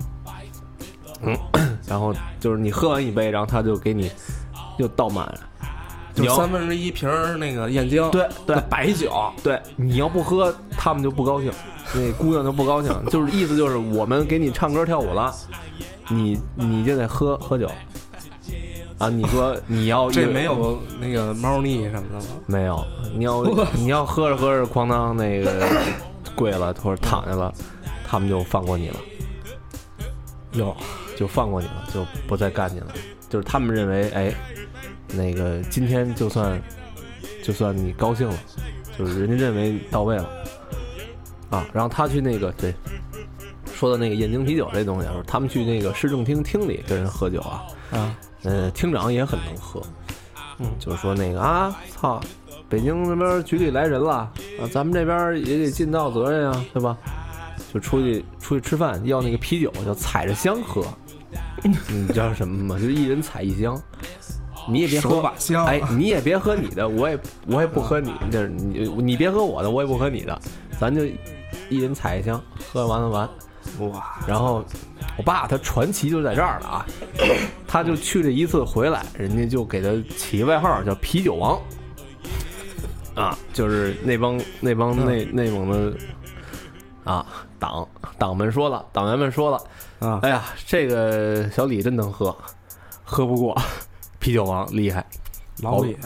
D: 嗯，然后就是你喝完一杯，然后他就给你又倒满，
C: 就
D: 你要
C: 三分之一瓶儿那个燕京，
D: 对对
C: 那白酒，
D: 对，你要不喝，他们就不高兴，那姑娘就不高兴，就是意思就是我们给你唱歌跳舞了，你你就得喝喝酒，啊，你说你要
C: 这
D: 越
C: 没有那个猫腻什么的吗？
D: 没有，你要你要喝着喝着哐当那个跪了或者躺下了，他们就放过你了，
C: 有，
D: 就放过你了，就不再干你了。就是他们认为，哎，那个今天就算就算你高兴了，就是人家认为到位了啊。然后他去那个对，说到那个燕京啤酒这东西的时候，他们去那个市政厅厅里跟人喝酒啊，
C: 啊，
D: 呃，厅长也很能喝，嗯，就说那个啊，操，北京那边局里来人了，啊，咱们这边也得尽到责任啊，对吧？就出去出去吃饭，要那个啤酒，就踩着 香喝，你知道什么吗？就一人踩一箱，你也别喝
C: 手把香
D: 哎，你也别喝你的，我也我也不喝你，就是你你别喝我的，我也不喝你的，咱就一人采一箱，喝完了完。哇！然后我爸他传奇就在这儿了啊，他就去了一次回来，人家就给他起个外号叫啤酒王。啊，就是那帮那帮内内蒙的啊党党们说了，党员们说了
C: 啊
D: 哎呀，这个小李真能喝，喝不过啤酒王厉害
C: 老李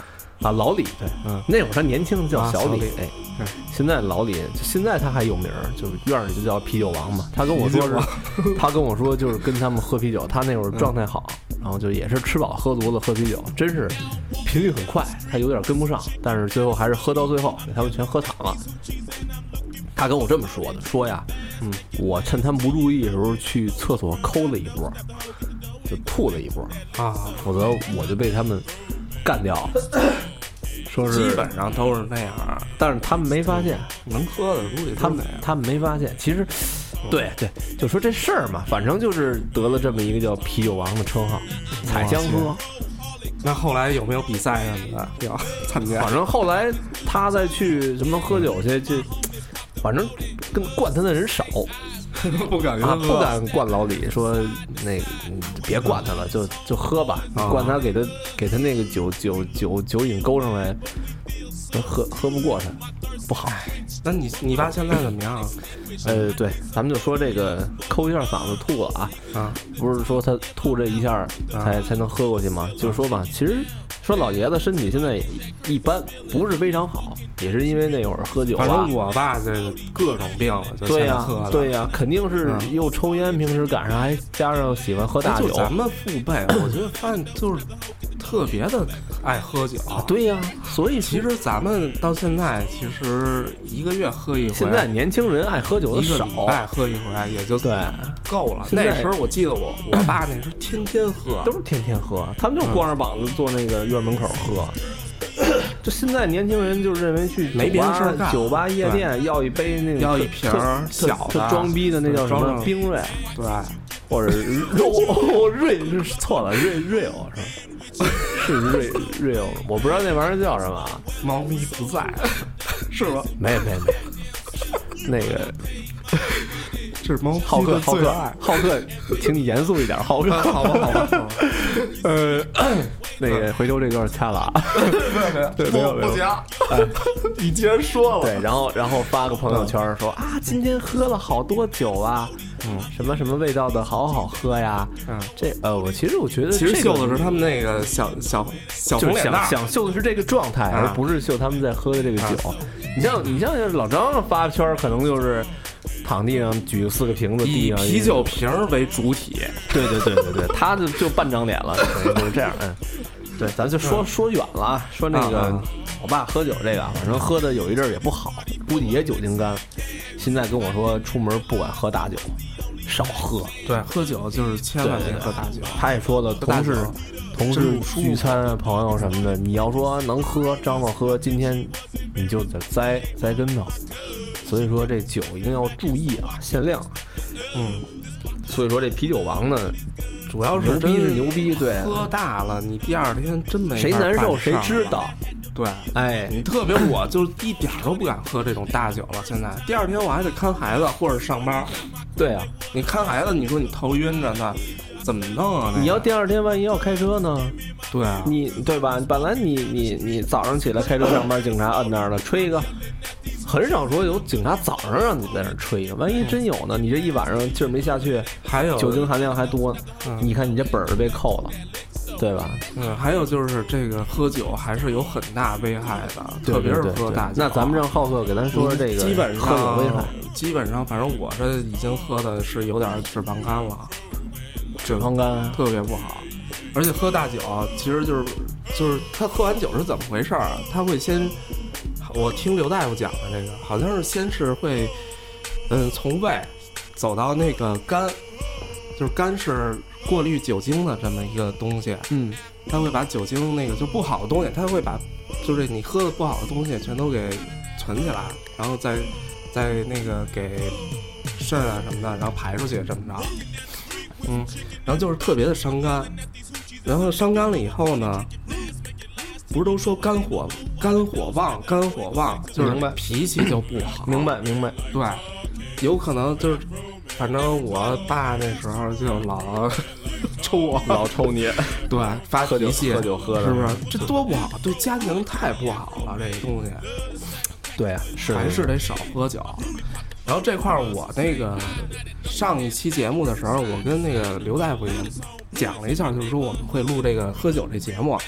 D: 啊，老李对，
C: 嗯
D: 那会儿他年轻叫
C: 啊
D: 小李，
C: 小李
D: 哎
C: 是，
D: 现在老李现在他还有名儿，就是院里就叫啤酒王嘛。他跟我说
C: 啤酒
D: 是，他跟我说就是跟他们喝啤酒，他那会儿状态好，然后就也是吃饱喝足了喝啤酒，真是频率很快，他有点跟不上，但是最后还是喝到最后给他们全喝躺了。他跟我这么说的，说呀，嗯，我趁他们不注意的时候去厕所抠了一波，就吐了一波，
C: 啊，
D: 否则我就被他们干掉了。 说是
C: 基本上都是那样，
D: 但是啊他们没发现，
C: 能喝的估计
D: 他
C: 都
D: 们
C: 那样。
D: 他们没发现。其实，对对，就说这事儿嘛，反正就是得了这么一个叫“啤酒王”的称号，采香喝。
C: 那后来有没有比赛什么的要 参加
D: 反？正后来他再去什么喝酒去，就反正跟惯他的人少
C: 不敢
D: 啊，不敢惯老李说那个你别惯他了，就就喝吧，
C: 啊
D: 惯他给他给他那个酒酒酒酒瘾勾上来，喝喝不过他，不好。
C: 那你你爸现在怎么样啊？
D: 呃，对，咱们就说这个抠一下嗓子吐了啊，
C: 啊，
D: 不是说他吐这一下儿才、才能喝过去
C: 啊
D: 吗？就是说吧，其实说老爷子身体现在也一般，不是非常好，也是因为那会儿喝酒啊
C: 反正我爸这个各种病了，哎就
D: 对
C: 现
D: 呀、
C: 在喝的。
D: 对呀、肯定是
C: 嗯
D: 又抽烟，平时赶上还加上喜欢喝大
C: 哎
D: 酒
C: 就，咱们父辈， 我觉得发现就是特别的爱喝酒。
D: 啊，对呀、所以
C: 其
D: 其实
C: 实咱们到现在，其实一个月喝一回，
D: 现在年轻人爱喝酒的
C: 一个
D: 少
C: 礼，拜喝一回也就
D: 对，
C: 够了。
D: 现在
C: 那时候我记得我我爸那时候天天喝，
D: 都是天天喝，他们就光着膀子坐那个院门口喝。 就现在年轻人就认为去
C: 没
D: 酒吧
C: 别的事儿干
D: 酒吧夜店要一杯那个
C: 要
D: 特
C: 一瓶儿
D: 特
C: 小
D: 特
C: 的
D: 装逼的那叫什
C: 装
D: 么
C: 上
D: 冰锐
C: 对，
D: 或者是肉 哦瑞是错了瑞瑞欧是吧 是瑞瑞欧，我不知道那玩意儿叫什么啊，
C: 猫咪不在，是吧？
D: 没没没，那个
C: 这是猫
D: 浩
C: 哥
D: 克浩
C: 最
D: 克
C: 爱。
D: 浩克，请你严肃一点，浩克
C: 啊好吧，好吧，好吧，
D: 呃，那 个回头这段掐了啊。对，没有没有。不加，
C: 哎
D: 你既然说了。 对，然后然后发个朋友圈说啊，今天喝了好多酒啊，嗯，什么什么味道的，好好喝呀。
C: 嗯
D: 这呃，我其实我觉得
C: 其实
D: 这个
C: 秀的是他们那个小小小
D: 就
C: 红
D: 是
C: 脸蛋
D: 想
C: 儿，嗯
D: 想秀的是这个状态，而不是秀他们在喝的这个酒。你像你像老张发圈儿，可能就是躺地上举四个瓶子，地
C: 以
D: 上
C: 啤酒瓶儿为主体，
D: 对对对对对，他就就半张脸了，等于就是这样。嗯，对，咱就说说远了，啊，说那
C: 啊
D: 个
C: 啊
D: 我爸喝酒这个，啊反正喝的有一阵儿也不好，估计也酒精干。现在跟我说出门不管喝大酒，少喝。
C: 对，喝酒就是千万别喝大酒。
D: 他也说了，
C: 大
D: 同
C: 酒
D: 事同
C: 真
D: 事
C: 不舒服
D: 聚餐啊、朋友什么的，你要说能喝，张罗喝，今天你就得栽栽跟头。所以说这酒一定要注意啊，限量。
C: 嗯，
D: 所以说这啤酒王呢，
C: 主要是
D: 牛逼是
C: 真
D: 牛逼，对，
C: 喝大了，你第二天真没
D: 谁
C: 法
D: 难受
C: 办
D: 谁
C: 事儿
D: 知
C: 了
D: 道。
C: 对，
D: 哎，
C: 你特别我就一点儿都不敢喝这种大酒了。现在第二天我还得看孩子或者上班，
D: 对啊，
C: 你看孩子，你说你头晕着呢，怎么弄啊？那个
D: 你要第二天万一要开车呢？
C: 对啊，
D: 你对吧？本来你你你早上起来开车上班，警察摁那儿了，吹一个。很少说有警察早上让你在那儿吹一个，万一真有呢？你这一晚上劲儿没下去，
C: 还有
D: 酒精含量还多，
C: 嗯
D: 你看你这本儿就被扣了，对吧？
C: 嗯，还有就是这个喝酒还是有很大危害的，
D: 对
C: 特别是
D: 对对
C: 喝
D: 对
C: 大酒。啊
D: 那咱们让浩克给咱说说这个
C: 基本上
D: 喝酒危害。
C: 基本上反正我这已经喝的是有点脂肪肝了，脂
D: 脂肪肝
C: 特别不好。而且喝大酒啊其实就是就是他喝完酒是怎么回事儿啊？他会先，我听刘大夫讲的这个，好像是先是会，嗯，从胃走到那个干，就是干是过滤酒精的这么一个东西，
D: 嗯，
C: 它会把酒精那个就不好的东西，它会把就是你喝的不好的东西全都给存起来，然后再再那个给肾啊什么的，然后排出去这么着，嗯，然后就是特别的伤肝，然后伤肝了以后呢，不是都说肝火肝火旺，肝火旺就是
D: 明白
C: 脾气就不好，
D: 明白明白，
C: 对，有可能就是，反正我爸那时候就老抽我，
D: 老 抽你，
C: 对发
D: 喝酒
C: 脾气，
D: 喝酒喝的
C: 是不是？这多不好，对家庭太不好了，这东西
D: 对啊，是
C: 还是得少喝酒。然后这块儿，我那个上一期节目的时候，我跟那个刘大夫也讲了一下，就是说我们会录这个喝酒这节目。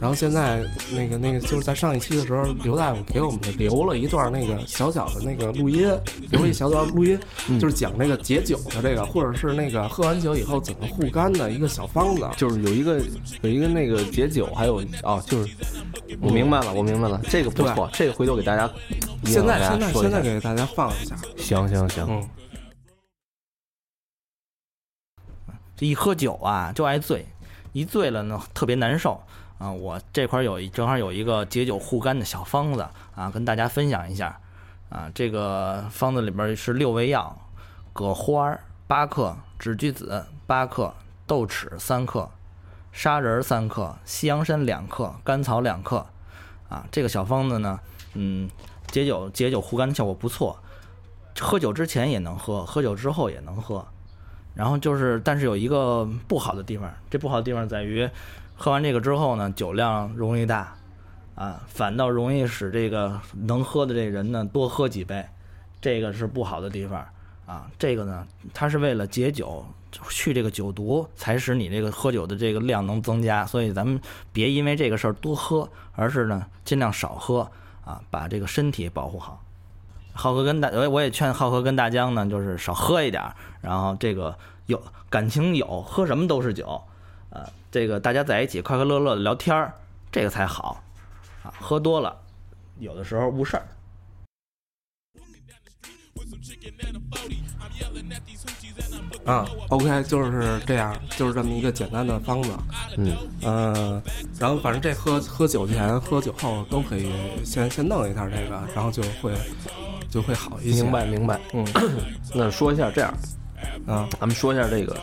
C: 然后现在那个那个就是在上一期的时候，刘大夫给我们留了一段那个小小的那个录音，留了一小段录音，
D: 嗯
C: 就是讲那个解酒的这个，或者是那个喝完酒以后怎么护肝的一个小方子。
D: 就是有一个有一个那个解酒，还有哦，就是我明白了，我明白了，这个不错，这个回头给大家一定
C: 啊现
D: 要
C: 在
D: 给大
C: 现
D: 家
C: 在
D: 说一
C: 现
D: 下
C: 在给大家放一下，
D: 行行行，
C: 嗯，
G: 这一喝酒啊就爱醉，一醉了呢特别难受啊。我这块儿有一正好有一个解酒护肝的小方子啊，跟大家分享一下啊。这个方子里边是六味药：葛花儿八克、枳橘子八克、豆豉三克、砂仁儿三克、西洋参两克、甘草两克啊。这个小方子呢，嗯，解酒解酒护肝效果不错。喝酒之前也能喝，喝酒之后也能喝，然后就是，但是有一个不好的地方，这不好的地方在于，喝完这个之后呢，酒量容易大，啊，反倒容易使这个能喝的这人呢多喝几杯，这个是不好的地方啊。这个呢，它是为了解酒，去这个酒毒，才使你这个喝酒的这个量能增加。所以咱们别因为这个事儿多喝，而是呢尽量少喝啊，把这个身体保护好。浩哥跟大，我我也劝浩哥跟大江呢，就是少喝一点儿，然后这个有感情有，喝什么都是酒，呃，这个大家在一起快快乐乐的聊天儿，这个才好啊。喝多了，有的时候误事儿。
C: 啊，OK，就是这样，就是这么一个简单的方子。
D: 嗯，
C: 呃，然后反正这喝喝酒前、喝酒后都可以先先弄一下这个，然后就会就会好一些。
D: 明白明白，嗯，那说一下这样，
C: 啊，
D: 咱们说一下这个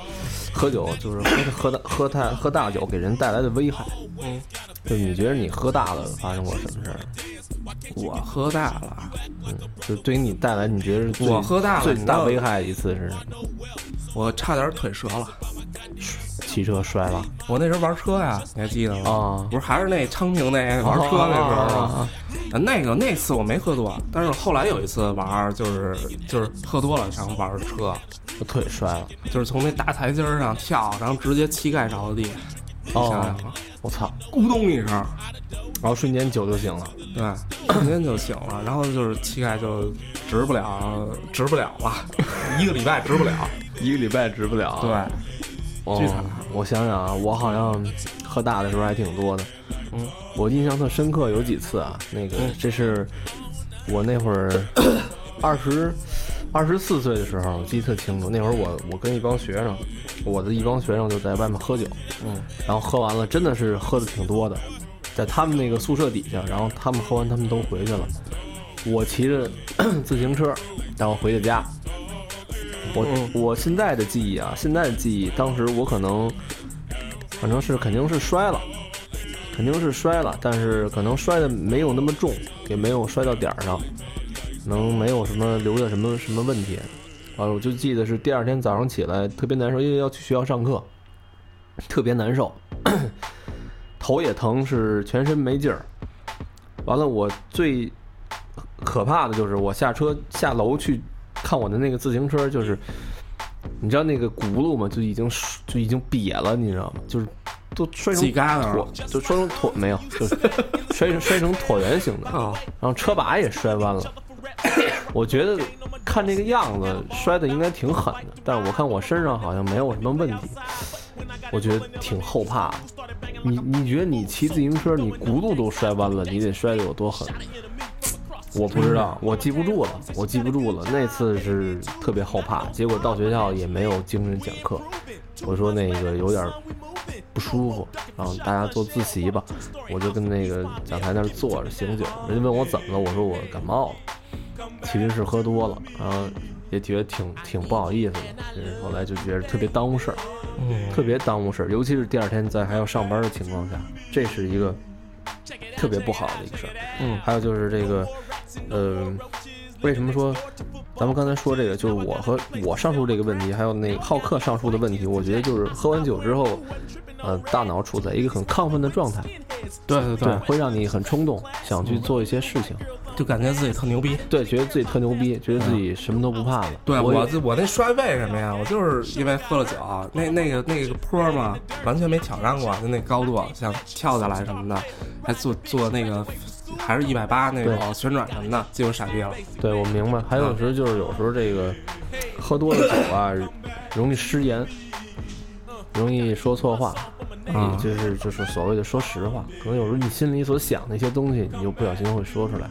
D: 喝酒，就是喝喝大喝太喝大酒给人带来的危害。
C: 嗯，
D: 就你觉得你喝大了发生过什么事儿？
C: 我喝大了，
D: 就对于你带来，你觉得最
C: 我喝大了
D: 最
C: 你知
D: 大
C: 道
D: 危害一次是什么
C: 我差点腿折了。
D: 骑车摔了
C: 我那时候玩车呀，你还记得吗？
D: 啊
C: 不是还是那昌平
D: 哦
C: 那玩车那时候吗？啊那个那次我没喝多，但是后来有一次玩儿，就是就是喝多了，然后玩儿车，
D: 我腿摔了，
C: 就是从那大台阶儿上跳，然后直接膝盖着地，
D: 哦
C: 下来了，
D: 我操！
C: 咕咚一声，
D: 然后瞬间酒就醒了，
C: 对，瞬间就醒了，然后就是膝盖就直不了，直不了了， 一个礼拜直不了。
D: 一个礼拜治不了。
C: 对，，
D: 哦
C: 巨惨，
D: 我想想啊，我好像喝大的时候还挺多的。
C: 嗯，
D: 我印象特深刻有几次啊，那个这是我那会儿 二十二十四岁的时候，我记得特清楚。那会儿我我跟一帮学生，我的一帮学生就在外面喝酒，嗯，然后喝完了真的是喝的挺多的，在他们那个宿舍底下，然后他们喝完他们都回去了。我骑着 自行车，然后回的家。我、我现在的记忆啊，现在的记忆，当时我可能，反正是肯定是摔了，肯定是摔了，但是可能摔的没有那么重，也没有摔到点儿上，能没有什么留下什么什么问题。啊，我就记得是第二天早上起来特别难受，因为要去学校上课， 特别难受，头也疼，是全身没劲儿。完了，我最可怕的就是我下车下楼去看我的那个自行车，就是你知道那个轱辘嘛，就已经就已经瘪了，你知道吗？就是都摔成
C: 系嘎达
D: 椭
C: 了，
D: 就摔成椭没有，就是 摔成摔成椭圆形的，
C: 啊，
D: 然后车把也摔弯了。 我觉得看这个样子摔的应该挺狠的，但是我看我身上好像没有什么问题，我觉得挺后怕的。你你觉得你骑自行车，你轱辘都摔弯了，你得摔得有多狠？我不知道，我记不住了，我记不住了。那次是特别后怕，结果到学校也没有精神讲课。我说那个有点不舒服，然后大家做自习吧。我就跟那个讲台那儿坐着醒酒，人家问我怎么了，我说我感冒了，其实是喝多了，然后也觉得挺挺不好意思的。就是后来就觉得特别耽误事儿，特别耽误事儿，尤其是第二天在还要上班的情况下，这是一个特别不好的一个事儿。嗯，还有就是这个，呃，为什么说咱们刚才说这个，就是我和我上述这个问题，还有那个浩克上述的问题，我觉得就是喝完酒之后，呃，大脑处在一个很亢奋的状态，
C: 对对
D: 对，，嗯会让你很冲动，想去做一些事情，
C: 就感觉自己特牛逼。
D: 对，觉得自己特牛逼，觉得自己什么都不怕了。
C: 对
D: 我
C: 我，我那摔为什么呀？我就是因为喝了酒，啊那那个那个坡嘛，完全没挑战过，就那高度啊想跳下来什么的，还做做那个还是一百八那种
D: 对
C: 旋转什么的，结果傻逼了。
D: 对我明白。还有时候就是有时候这个喝多了酒啊，容易失言，容易说错话。
C: 啊
D: 你嗯就是就是所谓的说实话，可能有时候你心里所想的一些东西，你就不小心会说出来，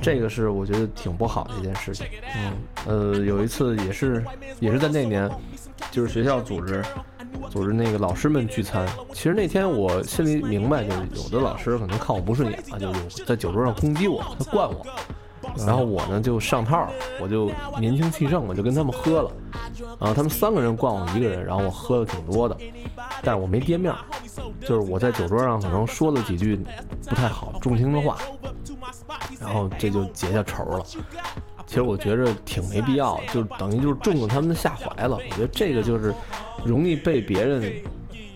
D: 这个是我觉得挺不好的一件事情。嗯，呃，有一次也是也是在那年，就是学校组织组织那个老师们聚餐，其实那天我心里明白，就是有的老师可能看我不顺眼啊，就是有在酒桌上攻击我，他惯我。然后我呢就上套了，我就年轻气盛，我就跟他们喝了，啊，他们三个人灌我一个人，然后我喝的挺多的，但是我没跌面儿，就是我在酒桌上可能说了几句不太好中听的话，然后这就结下仇了。其实我觉着挺没必要，就等于就是中了他们的下怀了。我觉得这个就是容易被别人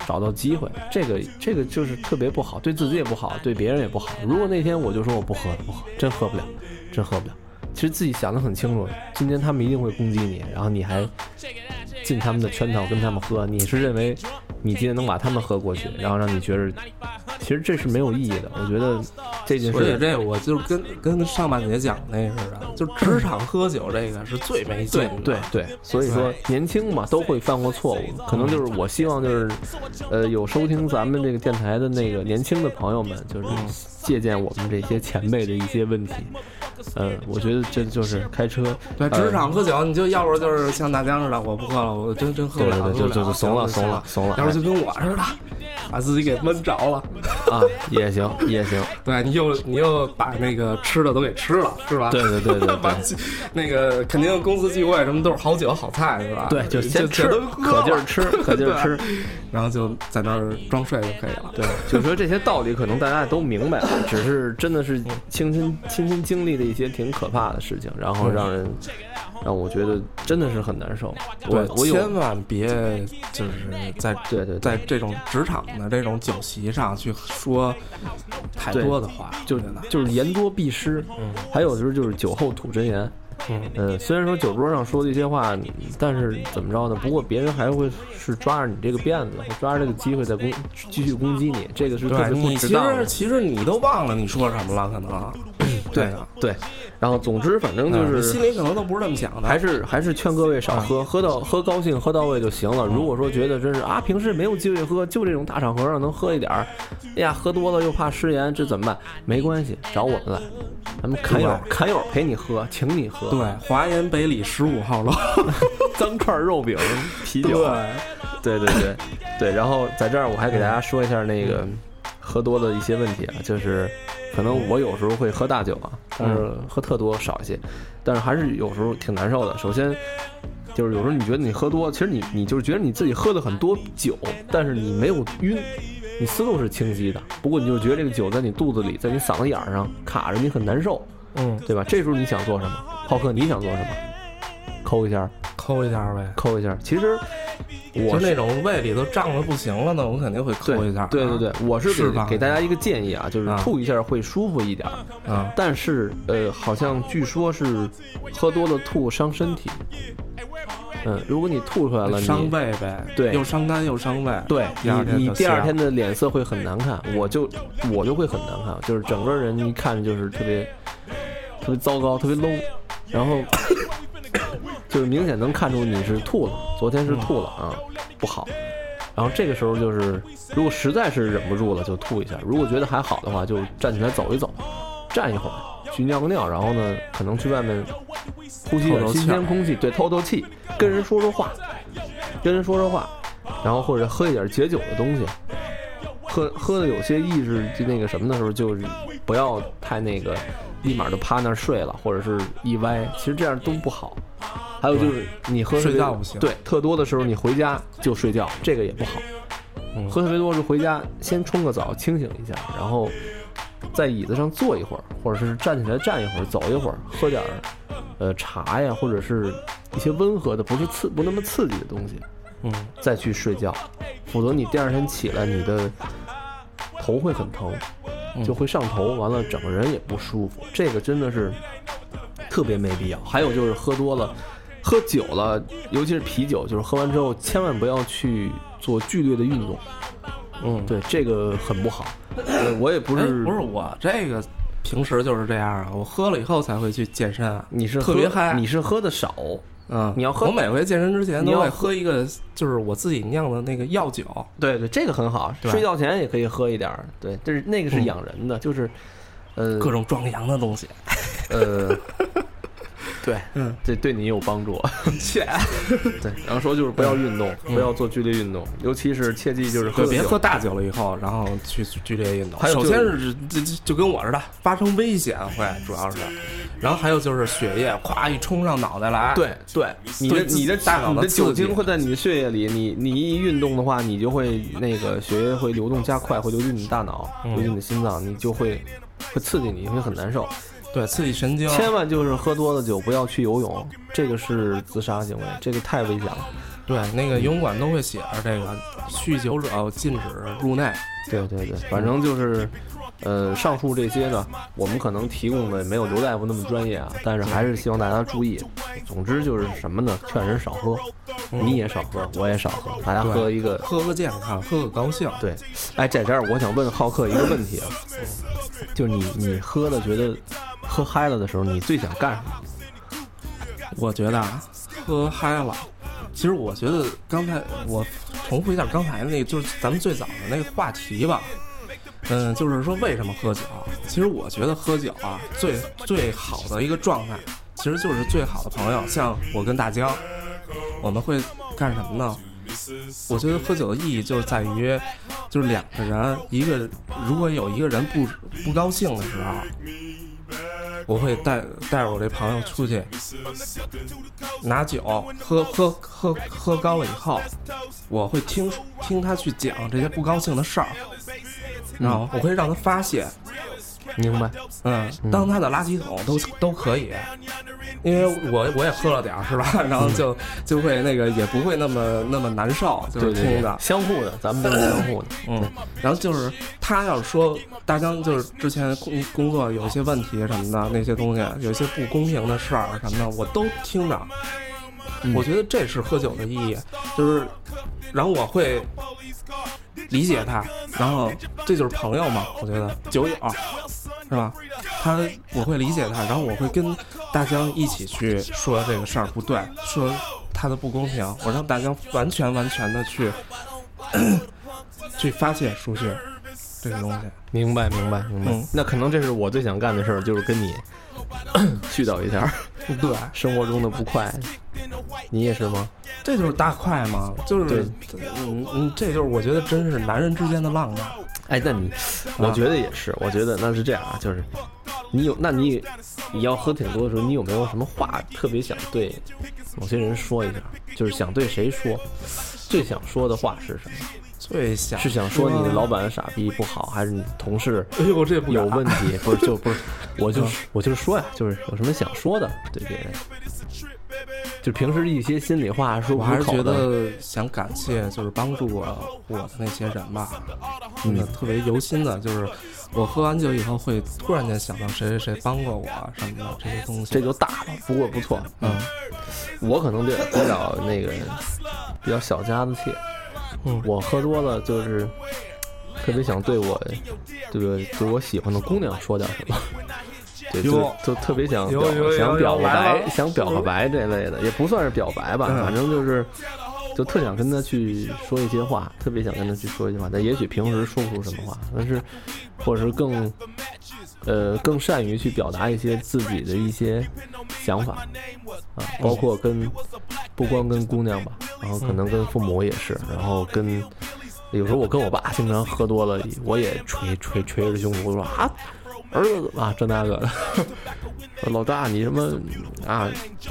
D: 找到机会，这个这个就是特别不好，对自己也不好，对别人也不好。如果那天我就说我不喝了，不喝，真喝不了，真喝不了。其实自己想的很清楚，今天他们一定会攻击你，然后你还进他们的圈套跟他们喝，你是认为你今天能把他们喝过去，然后让你觉着，其实这是没有意义的。我觉得这件
C: 而且
D: 事，
C: 这我就是跟跟上半节讲那似
D: 啊
C: 的，就职场喝酒这个是最没劲的。
D: 对对，所以说年轻嘛都会犯过错误，可能就是我希望就是，呃，有收听咱们这个电台的那个年轻的朋友们，就是
C: 嗯
D: 借鉴我们这些前辈的一些问题。呃，我觉得这就是开车，
C: 对，
D: 呃
C: 职场喝酒，你就要不然就是像大江似的，我不喝了，我真真喝不了，
D: 对对对
C: 喝不
D: 就就就怂了
C: 要不
D: 怂了怂了
C: 要不就跟我似的，把自己给闷着了。
D: 啊也行也行，
C: 对你又你又把那个吃的都给吃了，是吧？
D: 对 对对对对
C: 把那个肯定公司聚会什么都是好酒好菜，是吧？
D: 对，就先吃
C: 全都，喝
D: 可劲儿
C: 了
D: 吃，可劲儿吃。
C: 然后就在那儿装睡就可以了。
D: 对，就是说这些道理可能大家也都明白了，只是真的是亲身亲身经历的一些挺可怕的事情，然后让人让我觉得真的是很难受。我我有
C: 千万别就是在
D: 对对对
C: 在这种职场的这种酒席上去说太
D: 对
C: 多的话，
D: 就是
C: 真的
D: 就是言多必失，
C: 嗯
D: 还有的时候就是酒后吐真言。呃，虽然说酒桌上说的一些话，但是怎么着呢？不过别人还会是抓着你这个辫子，或抓着这个机会再攻继续攻击你，这个是特别
C: 对
D: 不
C: 你
D: 值
C: 其
D: 当的
C: 实。其实你都忘了你说什么了，可能对啊，
D: 对，然后总之反正就
C: 嗯
D: 是
C: 你心里可能都不是这么想的，
D: 还是还是劝各位少喝，喝到喝高兴喝到位就行了。如果说觉得真是啊，平时没有机会喝，就这种大场合上能喝一点儿，哎呀，喝多了又怕失言，这怎么办？没关系，找我们来，咱们侃友侃友陪你喝，请你喝，
C: 对，华严北里十五号楼，
D: 脏块肉饼、啤酒，对对对对。然后在这儿我还给大家说一下那个喝多的一些问题啊，就是可能我有时候会喝大酒啊，但是
C: 嗯
D: 喝特多少一些，但是还是有时候挺难受的。首先。就是有时候你觉得你喝多，其实你你就是觉得你自己喝了很多酒，但是你没有晕，你思路是清晰的。不过你就觉得这个酒在你肚子里，在你嗓子眼儿上卡着，你很难受，
C: 嗯，
D: 对吧？这时候你想做什么？浩克，你想做什么？抠一下，
C: 抠一下呗。
D: 抠一下。其实我
C: 就是那种胃里都胀的不行了呢，我肯定会抠一下。啊
D: 对对对，，我是
C: 释放
D: 给
C: 一
D: 给
C: 下
D: 大家一个建议啊，就是
C: 啊
D: 吐一下会舒服一点儿，
C: 啊，
D: 但是呃，好像据说是喝多了吐伤身体。嗯，如果你吐出来了，
C: 伤
D: 你
C: 胃呗，
D: 对
C: 又伤肝又伤胃。
D: 对
C: 第二天
D: 你，你
C: 就
D: 第二
C: 歇
D: 天的脸色会很难看，我就我就会很难看，啊就是整个人一看就是特别特别糟糕，特别 low，然后 就是明显能看出你是吐了，昨天是吐了啊，不好。然后这个时候就是，如果实在是忍不住了，就吐一下；如果觉得还好的话，就站起来走一走，站一会儿，去去尿个尿，然后呢，可能去外面呼吸
C: 透
D: 点
C: 透气
D: 新鲜空气，对，透透气，跟人说说话，跟人说说话，然后或者喝一点解酒的东西，喝喝的有些意识就那个什么的时候，就是不要太那个，立马就趴那儿睡了，或者是一歪，其实这样都不好。还有就是你喝
C: 睡
D: 特别
C: 觉不行
D: 对，特多的时候你回家就睡觉，这个也不好。
C: 嗯
D: 喝特别多是回家先冲个澡清醒一下，然后在椅子上坐一会儿，或者是站起来站一会儿，走一会儿，喝点儿呃茶呀，或者是一些温和的，不是刺不那么刺激的东西，
C: 嗯，
D: 再去睡觉，否则你第二天起来你的头会很疼，
C: 嗯
D: 就会上头，完了整个人也不舒服，这个真的是特别没必要。还有就是喝多了。喝酒了，尤其是啤酒，就是喝完之后千万不要去做剧烈的运动，
C: 嗯，
D: 对，这个很不好。呃我也不
C: 哎
D: 是
C: 不是我这个平时就是这样啊，我喝了以后才会去健身啊。
D: 你是
C: 特别
D: 喝
C: 嗨，
D: 你是喝的少，
C: 嗯，
D: 你要喝
C: 我每回健身之前
D: 你
C: 都
D: 要
C: 会
D: 喝
C: 喝一个，就是我自己酿的那个药酒。
D: 对对，这个很好。
C: 对嗯
D: 睡觉前也可以喝一点儿，对，但是那个是养人的，就是呃
C: 各种壮阳的东西，
D: 呃，对，嗯，这对你有帮助。 对，然后说就是不要运动，不要做剧烈运动，尤其是切记就是喝
C: 就嗯别
D: 酒
C: 喝。大酒了以后，然后去去剧烈运动。
D: 还有就
C: 首
D: 是
C: 先是就就就跟我似的，发生危险会主要是，然后还有就是血液咵一冲上脑袋来，
D: 对对，你的
C: 对自
D: 你的
C: 大脑
D: 你
C: 的
D: 的酒
C: 刺激
D: 精会在你的血液里，你你一运动的话，你就会那个血液会流动加快，会流进你的大脑，
C: 嗯
D: 流进你的心脏，你就会会刺激你，你会很难受。
C: 对，刺激神经。
D: 千万就是喝多了酒不要去游泳，这个是自杀行为，这个太危险了。
C: 对，那个游泳馆都会写着这个酗酒者禁止入内。
D: 对对对，反正就是，呃，上述这些呢，我们可能提供的没有刘大夫那么专业啊，但是还是希望大家注意。总之就是什么呢？劝人少喝，你也少喝，我也少喝，大家
C: 对
D: 喝一个。
C: 喝个健康，喝个高兴。
D: 对，哎，在这儿我想问浩克一个问题啊，就是你你喝的觉得喝嗨了的时候，你最想干什么？
C: 我觉得啊，喝嗨了。其实我觉得刚才我重复一下刚才那个，就是咱们最早的那个话题吧。嗯，就是说为什么喝酒？啊其实我觉得喝酒啊，最最好的一个状态，其实就是最好的朋友。像我跟大江，我们会干什么呢？我觉得喝酒的意义就在于，就是两个人，一个如果有一个人不不高兴的时候，我会带带着我这朋友出去，拿酒喝喝喝喝高了以后，我会听听他去讲这些不高兴的事儿，然后我会让他发泄。
D: 明白？
C: 嗯，当他的垃圾桶都都可以，因为我我也喝了点儿，是吧？然后就就会那个也不会那么那么难受，就是
D: 对对
C: 听
D: 对
C: 着，。
D: 相互的，咱们都是相互的。
C: 嗯，然后就是他要是说大江就是之前工工作有一些问题什么的那些东西，有一些不公平的事儿什么的，我都听着。我觉得这是喝酒的意义，就是，然后我会理解他，然后这就是朋友嘛，我觉得酒友、是吧？他我会理解他，然后我会跟大江一起去说这个事儿不对，说他的不公平，我让大江完全完全的去去发泄出去这个东西。
D: 明白，明白，明白。
C: 嗯
D: 那可能这是我最想干的事儿，就是跟 你絮叨一下
C: 对，
D: 生活中的不快。你也是吗？
C: 这就是大快嘛，就是嗯嗯，这就是我觉得真是男人之间的浪漫。
D: 哎，那你，我觉得也是，我觉得那是这样啊，就是你有，那你你要喝挺多的时候，你有没有什么话特别想对某些人说一下？就是想对谁说？最想说的话是什么？
C: 最想
D: 是想说你的老板傻逼不好，还是你同事
C: 哎呦，这不敢
D: 有问题？不是，就 不是，我就是我就是说呀，就是有什么想说的对别人，就平时一些心里话说不
C: 我
D: 出
C: 还
D: 口
C: 是
D: 的
C: 觉得想感谢，就是帮助我我的那些人吧，真的特别由心的，就是我喝完酒以后会突然间想到谁谁谁帮过我什么的这些东西。
D: 这就大了，不过不错。
C: 嗯，
D: 我可能比比较那个比较小家子气，
C: 嗯
D: 我喝多了就是特别想对我对我对我喜欢的姑娘说点什么。对，就
C: 哟
D: 就特别想
C: 哟
D: 表
C: 哟哟
D: 想
C: 哟
D: 表个
C: 来
D: 白，
C: 了
D: 想表个白这类的，也不算是表白吧，
C: 嗯
D: 反正就是就特想跟她去说一些话，特别想跟她去说一些话，但也许平时说不出什么话，但是或者是更呃，更善于去表达一些自己的一些想法啊，包括跟不光跟姑娘吧，然后可能跟父母也是，然后跟有时候我跟我爸经常喝多了，我也捶捶捶着胸脯说啊，儿子怎么啊这那个的， 老大你什么啊，什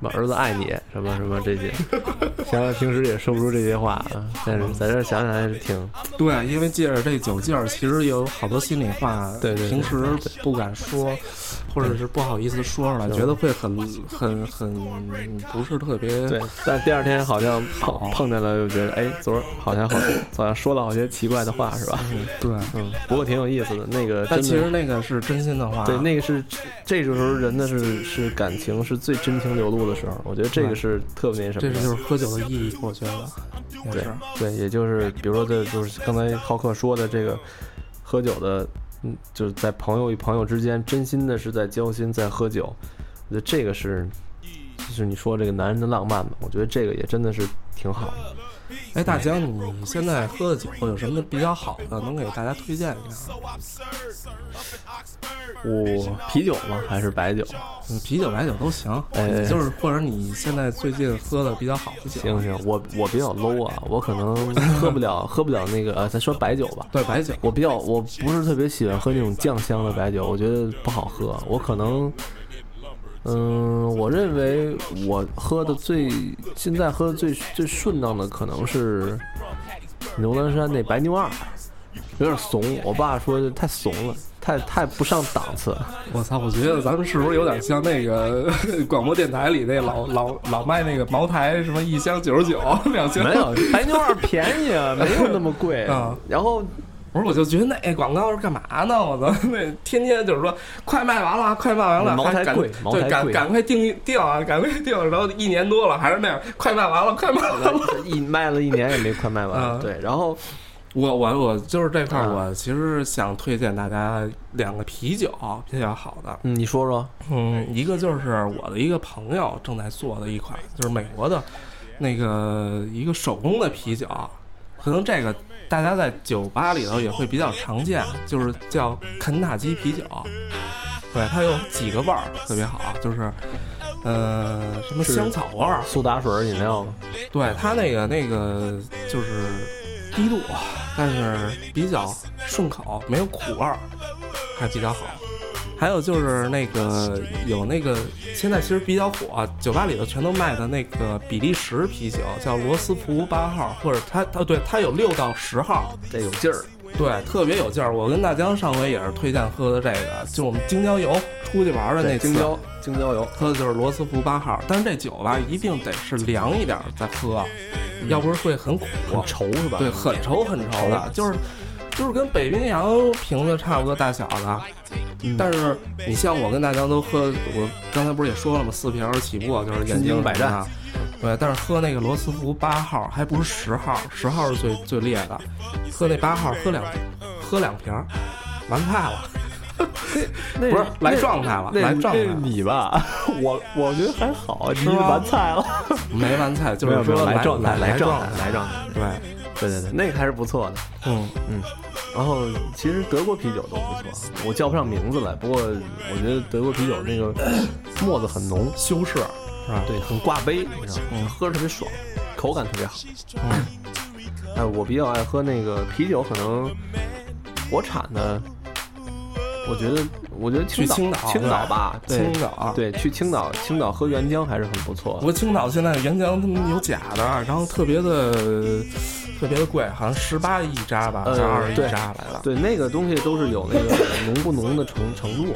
D: 么儿子爱你什么什么这些，想想平时也说不出这些话，啊，但是在这儿想想还是挺
C: 对，因为借着这酒劲儿，其实也有好多心里话，
D: 对对对
C: 平时不敢说，或者是不好意思说
D: 嗯
C: 出来，觉得会很很很不是特别
D: 对，但第二天好像碰碰见了，又觉得哎，昨儿好 像好好像说了好些奇怪的话，是吧？
C: 对
D: 嗯，不过挺有意思的。那个
C: 但
D: 真
C: 其实啊
D: 的，
C: 那个是真心的话，
D: 对，那个是这个时候人的是是感情是最真情流露的时候，我觉得这个是特别那什
C: 嗯这
D: 么
C: 是
D: 的。
C: 就是喝酒的意义，我觉得也
D: 对
C: 是。
D: 对，也就是比如说这就是刚才浩克说的这个喝酒的，嗯，就是在朋友与朋友之间，真心的是在交心，在喝酒，我觉得这个是。就是你说这个男人的浪漫吧，我觉得这个也真的是挺好的。
C: 哎，大江，你现在喝的酒有什么比较好的，能给大家推荐一下？
D: 我啤酒吗？还是白酒？
C: 嗯，啤酒、白酒都行，
D: 哎
C: 就是或者你现在最近喝的比较好的酒，
D: 行行，我我比较 low 啊，我可 能喝不了喝不了那个呃，咱说白酒吧。
C: 对白酒，
D: 我比较我不是特别喜欢喝那种酱香的白酒，我觉得不好喝。我可能，嗯、我认为我喝的最现在喝的最最顺当的可能是牛栏山那白牛二，有点怂。我爸说这太怂了，太太不上档次了。
C: 我操，我觉得咱们是不是有点像那个 广播电台里那老老老卖那个茅台什么一箱九十九两箱？
D: 没有，白牛二便宜啊，没有那么 贵
C: 啊。
D: 然后
C: 不是，我就觉得那哎广告是干嘛呢？我操， 那天天就是说快卖完了，快卖完了，
D: 嗯茅台
C: 还赶
D: 贵茅台
C: 对，赶
D: 贵
C: 赶快订订啊，赶快订，然后一年多了还是那样，快卖完了，快卖完了。
D: 一卖了一年也没快卖完。
C: 啊
D: 对，然后
C: 我我我就是这块儿，
D: 啊
C: 我其实想推荐大家两个啤酒比较好的，
D: 嗯你说说，
C: 嗯，一个就是我的一个朋友正在做的一款，就是美国的那个一个手工的啤酒，可能这个大家在酒吧里头也会比较常见，就是叫肯塔基啤酒。对，它有几个味儿特别好，就是呃什么
D: 是
C: 香草味儿，
D: 苏打水儿饮料吗？
C: 对它那个那个就是低度，但是比较顺口，没有苦味儿，还比较好。还有就是那个有那个现在其实比较火，酒吧里头全都卖的那个比利时啤酒，叫罗斯福八号，或者它它对它有六到十号，
D: 这有劲儿。
C: 对，特别有劲儿。我跟大江上回也是推荐喝的这个，就是我们京郊游出去玩的那
D: 对，
C: 次
D: 京郊京郊游，
C: 喝的就是罗斯福八号，但是这酒吧一定得是凉一点儿再喝，啊要不是会很苦，
D: 嗯
C: 啊
D: 很稠是吧？
C: 对，很稠很稠的，就是就是跟北冰洋瓶子差不多大小的。
D: 嗯
C: 但是你像我跟大江都喝，我刚才不是也说了吗？四瓶儿起步就是眼
D: 身经
C: 睛啊
D: 百战。
C: 对，但是喝那个罗斯福八号还不是十号，十号是最最烈的，喝那八号喝两喝两瓶儿，完菜了，
D: 那，
C: 不是来
D: 那
C: 状态了，
D: 那
C: 来状态
D: 那是
C: 了。
D: 你吧？ 我我觉得还好，啊你
C: 吗
D: 完菜了。
C: 没完菜， 就
D: 没有
C: 是
D: 没
C: 说
D: 有来状
C: 来
D: 态，来状
C: 状
D: 态，来状态。
C: 对，
D: 对对对，那个还是不错的。
C: 嗯，
D: 然后其实德国啤酒都不错，我叫不上名字来，不过我觉得德国啤酒那个沫子很浓，
C: 修饰是吧？
D: 对，很挂杯，你知道吗？喝着特别爽，口感特别好。
C: 嗯
D: 哎，我比较爱喝那个啤酒，可能国产的，我觉得，我觉得青
C: 去
D: 岛，青
C: 青岛
D: 吧，
C: 对
D: 对
C: 青岛
D: 对，去青岛，青岛喝原浆还是很不错
C: 不过青岛现在原浆他们有假的，然后特别的特别的贵，好像十八一扎吧，
D: 呃
C: 还是二十一
D: 对
C: 扎来了
D: 的。。对，那个东西都是有那个浓不浓的程程度，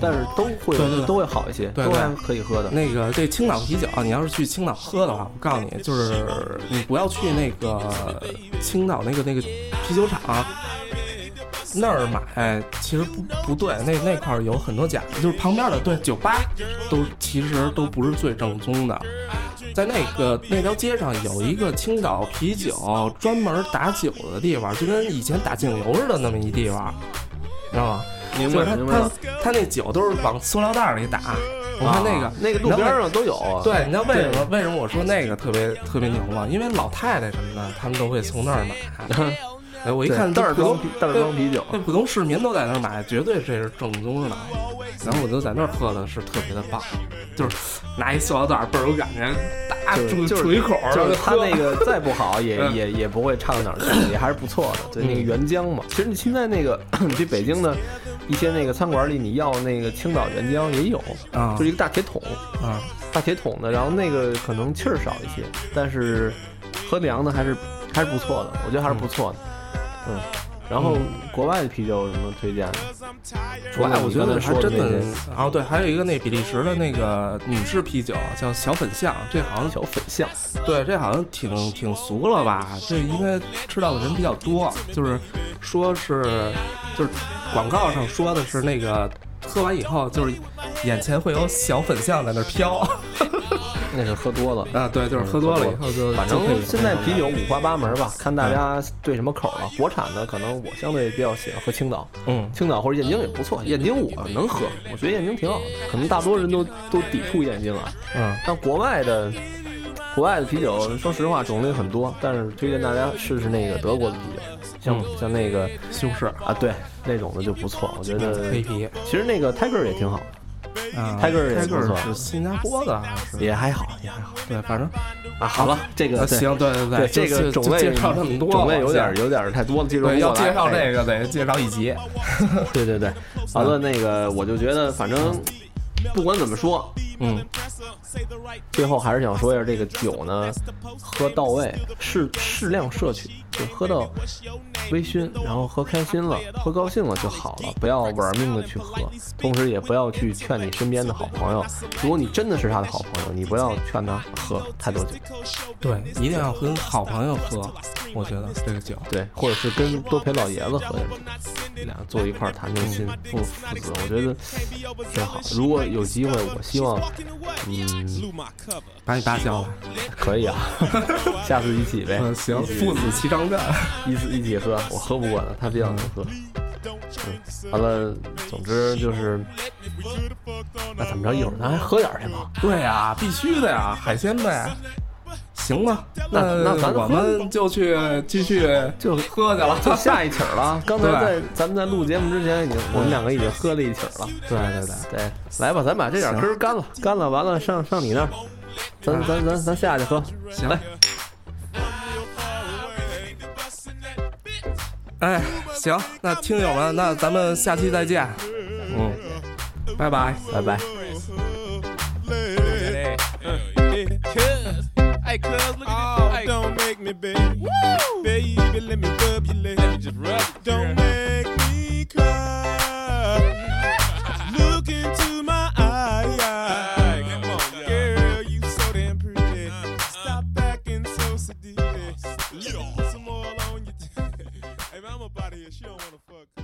D: 但是都会
C: 对对对
D: 都会好一些，
C: 对
D: 都
C: 对
D: 还可以喝的。
C: 那个这青岛啤酒，啊你要是去青岛喝的话，我告诉你，就是你不要去那个青岛那个那个啤酒厂那儿买，其实不不对，那那块儿有很多假的，就是旁边的对酒吧都其实都不是最正宗的。在那个那条街上有一个青岛啤酒专门打酒的地方，就跟以前打酱油似的那么一地方，你知道吗？
D: 明
C: 就是
D: 白
C: 他
D: 明白
C: 他
D: 了。
C: 他那酒都是往塑料袋儿里打，我看那个、
D: 啊那个路边上都有啊，
C: 对，你知道为什么为什 么我说那个特别特别牛吗？因为老太太什么的，他们都会从那儿买。哎，我一看
D: 袋
C: 这
D: 儿
C: 普通
D: 装啤袋儿装啤酒，
C: 那普通市民都在那儿买，绝对这是正宗的。然后我就在那儿喝的是特别的棒，就是拿一塑料袋儿倍儿有感觉，大
D: 就
C: 杵
D: 是
C: 杵一口儿，
D: 就是
C: 他
D: 它那个再不好也
C: 嗯
D: 也也不会差到哪儿去，也还是不错的。对那个原浆嘛，其实你现在那个你去北京的一些那个餐馆里，你要那个青岛原浆也有，
C: 啊
D: 就是一个大铁桶，
C: 啊，
D: 大铁桶的，然后那个可能气儿少一些，但是喝凉的还是还是不错的，我觉得还是不错的，嗯。然后
C: 嗯
D: 国外的啤酒有什么推荐？除
C: 我
D: 了
C: 哎，我
D: 你
C: 觉
D: 刚
C: 得
D: 才
C: 还
D: 说
C: 真
D: 那
C: 的
D: 些
C: 啊，对，还有一个那比利时的那个女士啤酒叫小粉象，这好像
D: 小粉象，
C: 对，这好像挺挺俗了吧？这应该知道的人比较多，就是说是就是广告上说的是那个喝完以后就是眼前会有小粉象在那儿飘
D: 那是喝多了。
C: 啊，对，就是喝多了以嗯后就
D: 反
C: 就会有
D: 正现在啤酒五花八门吧，看大家对什么口了。国产的可能我相对比较喜欢喝青岛，
C: 嗯
D: 青岛或者燕京也不错。燕京我能喝，我觉得燕京挺好的。可能大多人都都抵触燕京啊。
C: 嗯
D: 但国外的国外的啤酒，说实话种类很多，但是推荐大家试试那个德国的啤酒，像、
C: 嗯
D: 像那个
C: 西红柿
D: 啊，对那种的就不错。我觉得
C: 黑啤
D: 其实那个 Tiger 也挺好的，
C: 啊
D: Tiger 也不错
C: ，Tiger 是新加坡的还是？
D: 也还好，也还好
C: 对，反正
D: 啊。好了，这个
C: 啊
D: 对
C: 行，对对
D: 对，
C: 就
D: 这个
C: 就
D: 种
C: 就
D: 类
C: 介绍这么多，
D: 种类有点
C: 我
D: 有点太多了，介绍
C: 对，
D: 不
C: 要
D: 过来
C: 介绍嗯
D: 哎
C: 这个得介绍一集，
D: 对对对，完了那个我就觉得，反正不管怎么说，
C: 嗯，
D: 最后还是想说一下这个酒呢，喝到位，适适量摄取，就喝到微醺，然后喝开心了，喝高兴了就好了，不要玩命的去喝，同时也不要去劝你身边的好朋友，如果你真的是他的好朋友，你不要劝他喝太多酒，
C: 对，一定要跟好朋友喝，我觉得这个酒。
D: 对，或者是跟多陪老爷子喝点酒，俩坐一块儿谈谈心，父父子，我觉得挺好。如果有机会，我希望，嗯，
C: 把你爸叫来，
D: 可以啊， 下次一起呗，
C: 嗯，行，父子齐上阵，
D: 一起一起喝，我喝不过他，他比较能喝。嗯，完了，总之就是，那怎么着，一会儿咱还喝点儿去吧。
C: 对呀、必须的呀，海鲜呗。行吧，
D: 那那咱
C: 我们就去继续
D: 就
C: 喝去了。
D: 就下一曲儿了，刚才在
C: 对
D: 咱们在录节目之前，已经我们两个已经喝了一曲儿了。
C: 对对对，
D: 对，来吧，咱把这点儿
C: 行
D: 根儿干了，干了，完了上上你那儿，咱咱咱咱下去喝。
C: 行
D: 来，
C: 哎，行，那听友们，那咱们下期再见，
D: 嗯，
C: 拜拜。
D: 拜拜。
B: Cuz, hey cuz, look
A: Oh,
B: at this. Hey,
A: don't make me, baby. Baby, let me rub your leg.
B: just rub it,
A: Don't make me cry. Look into my
B: Hey, come on,
A: eye.
B: Uh,
A: Girl, you so damn pretty. Stop acting so seductive. Look some oil on your. Hey, man, I'm up out of here. She don't wanna fuck.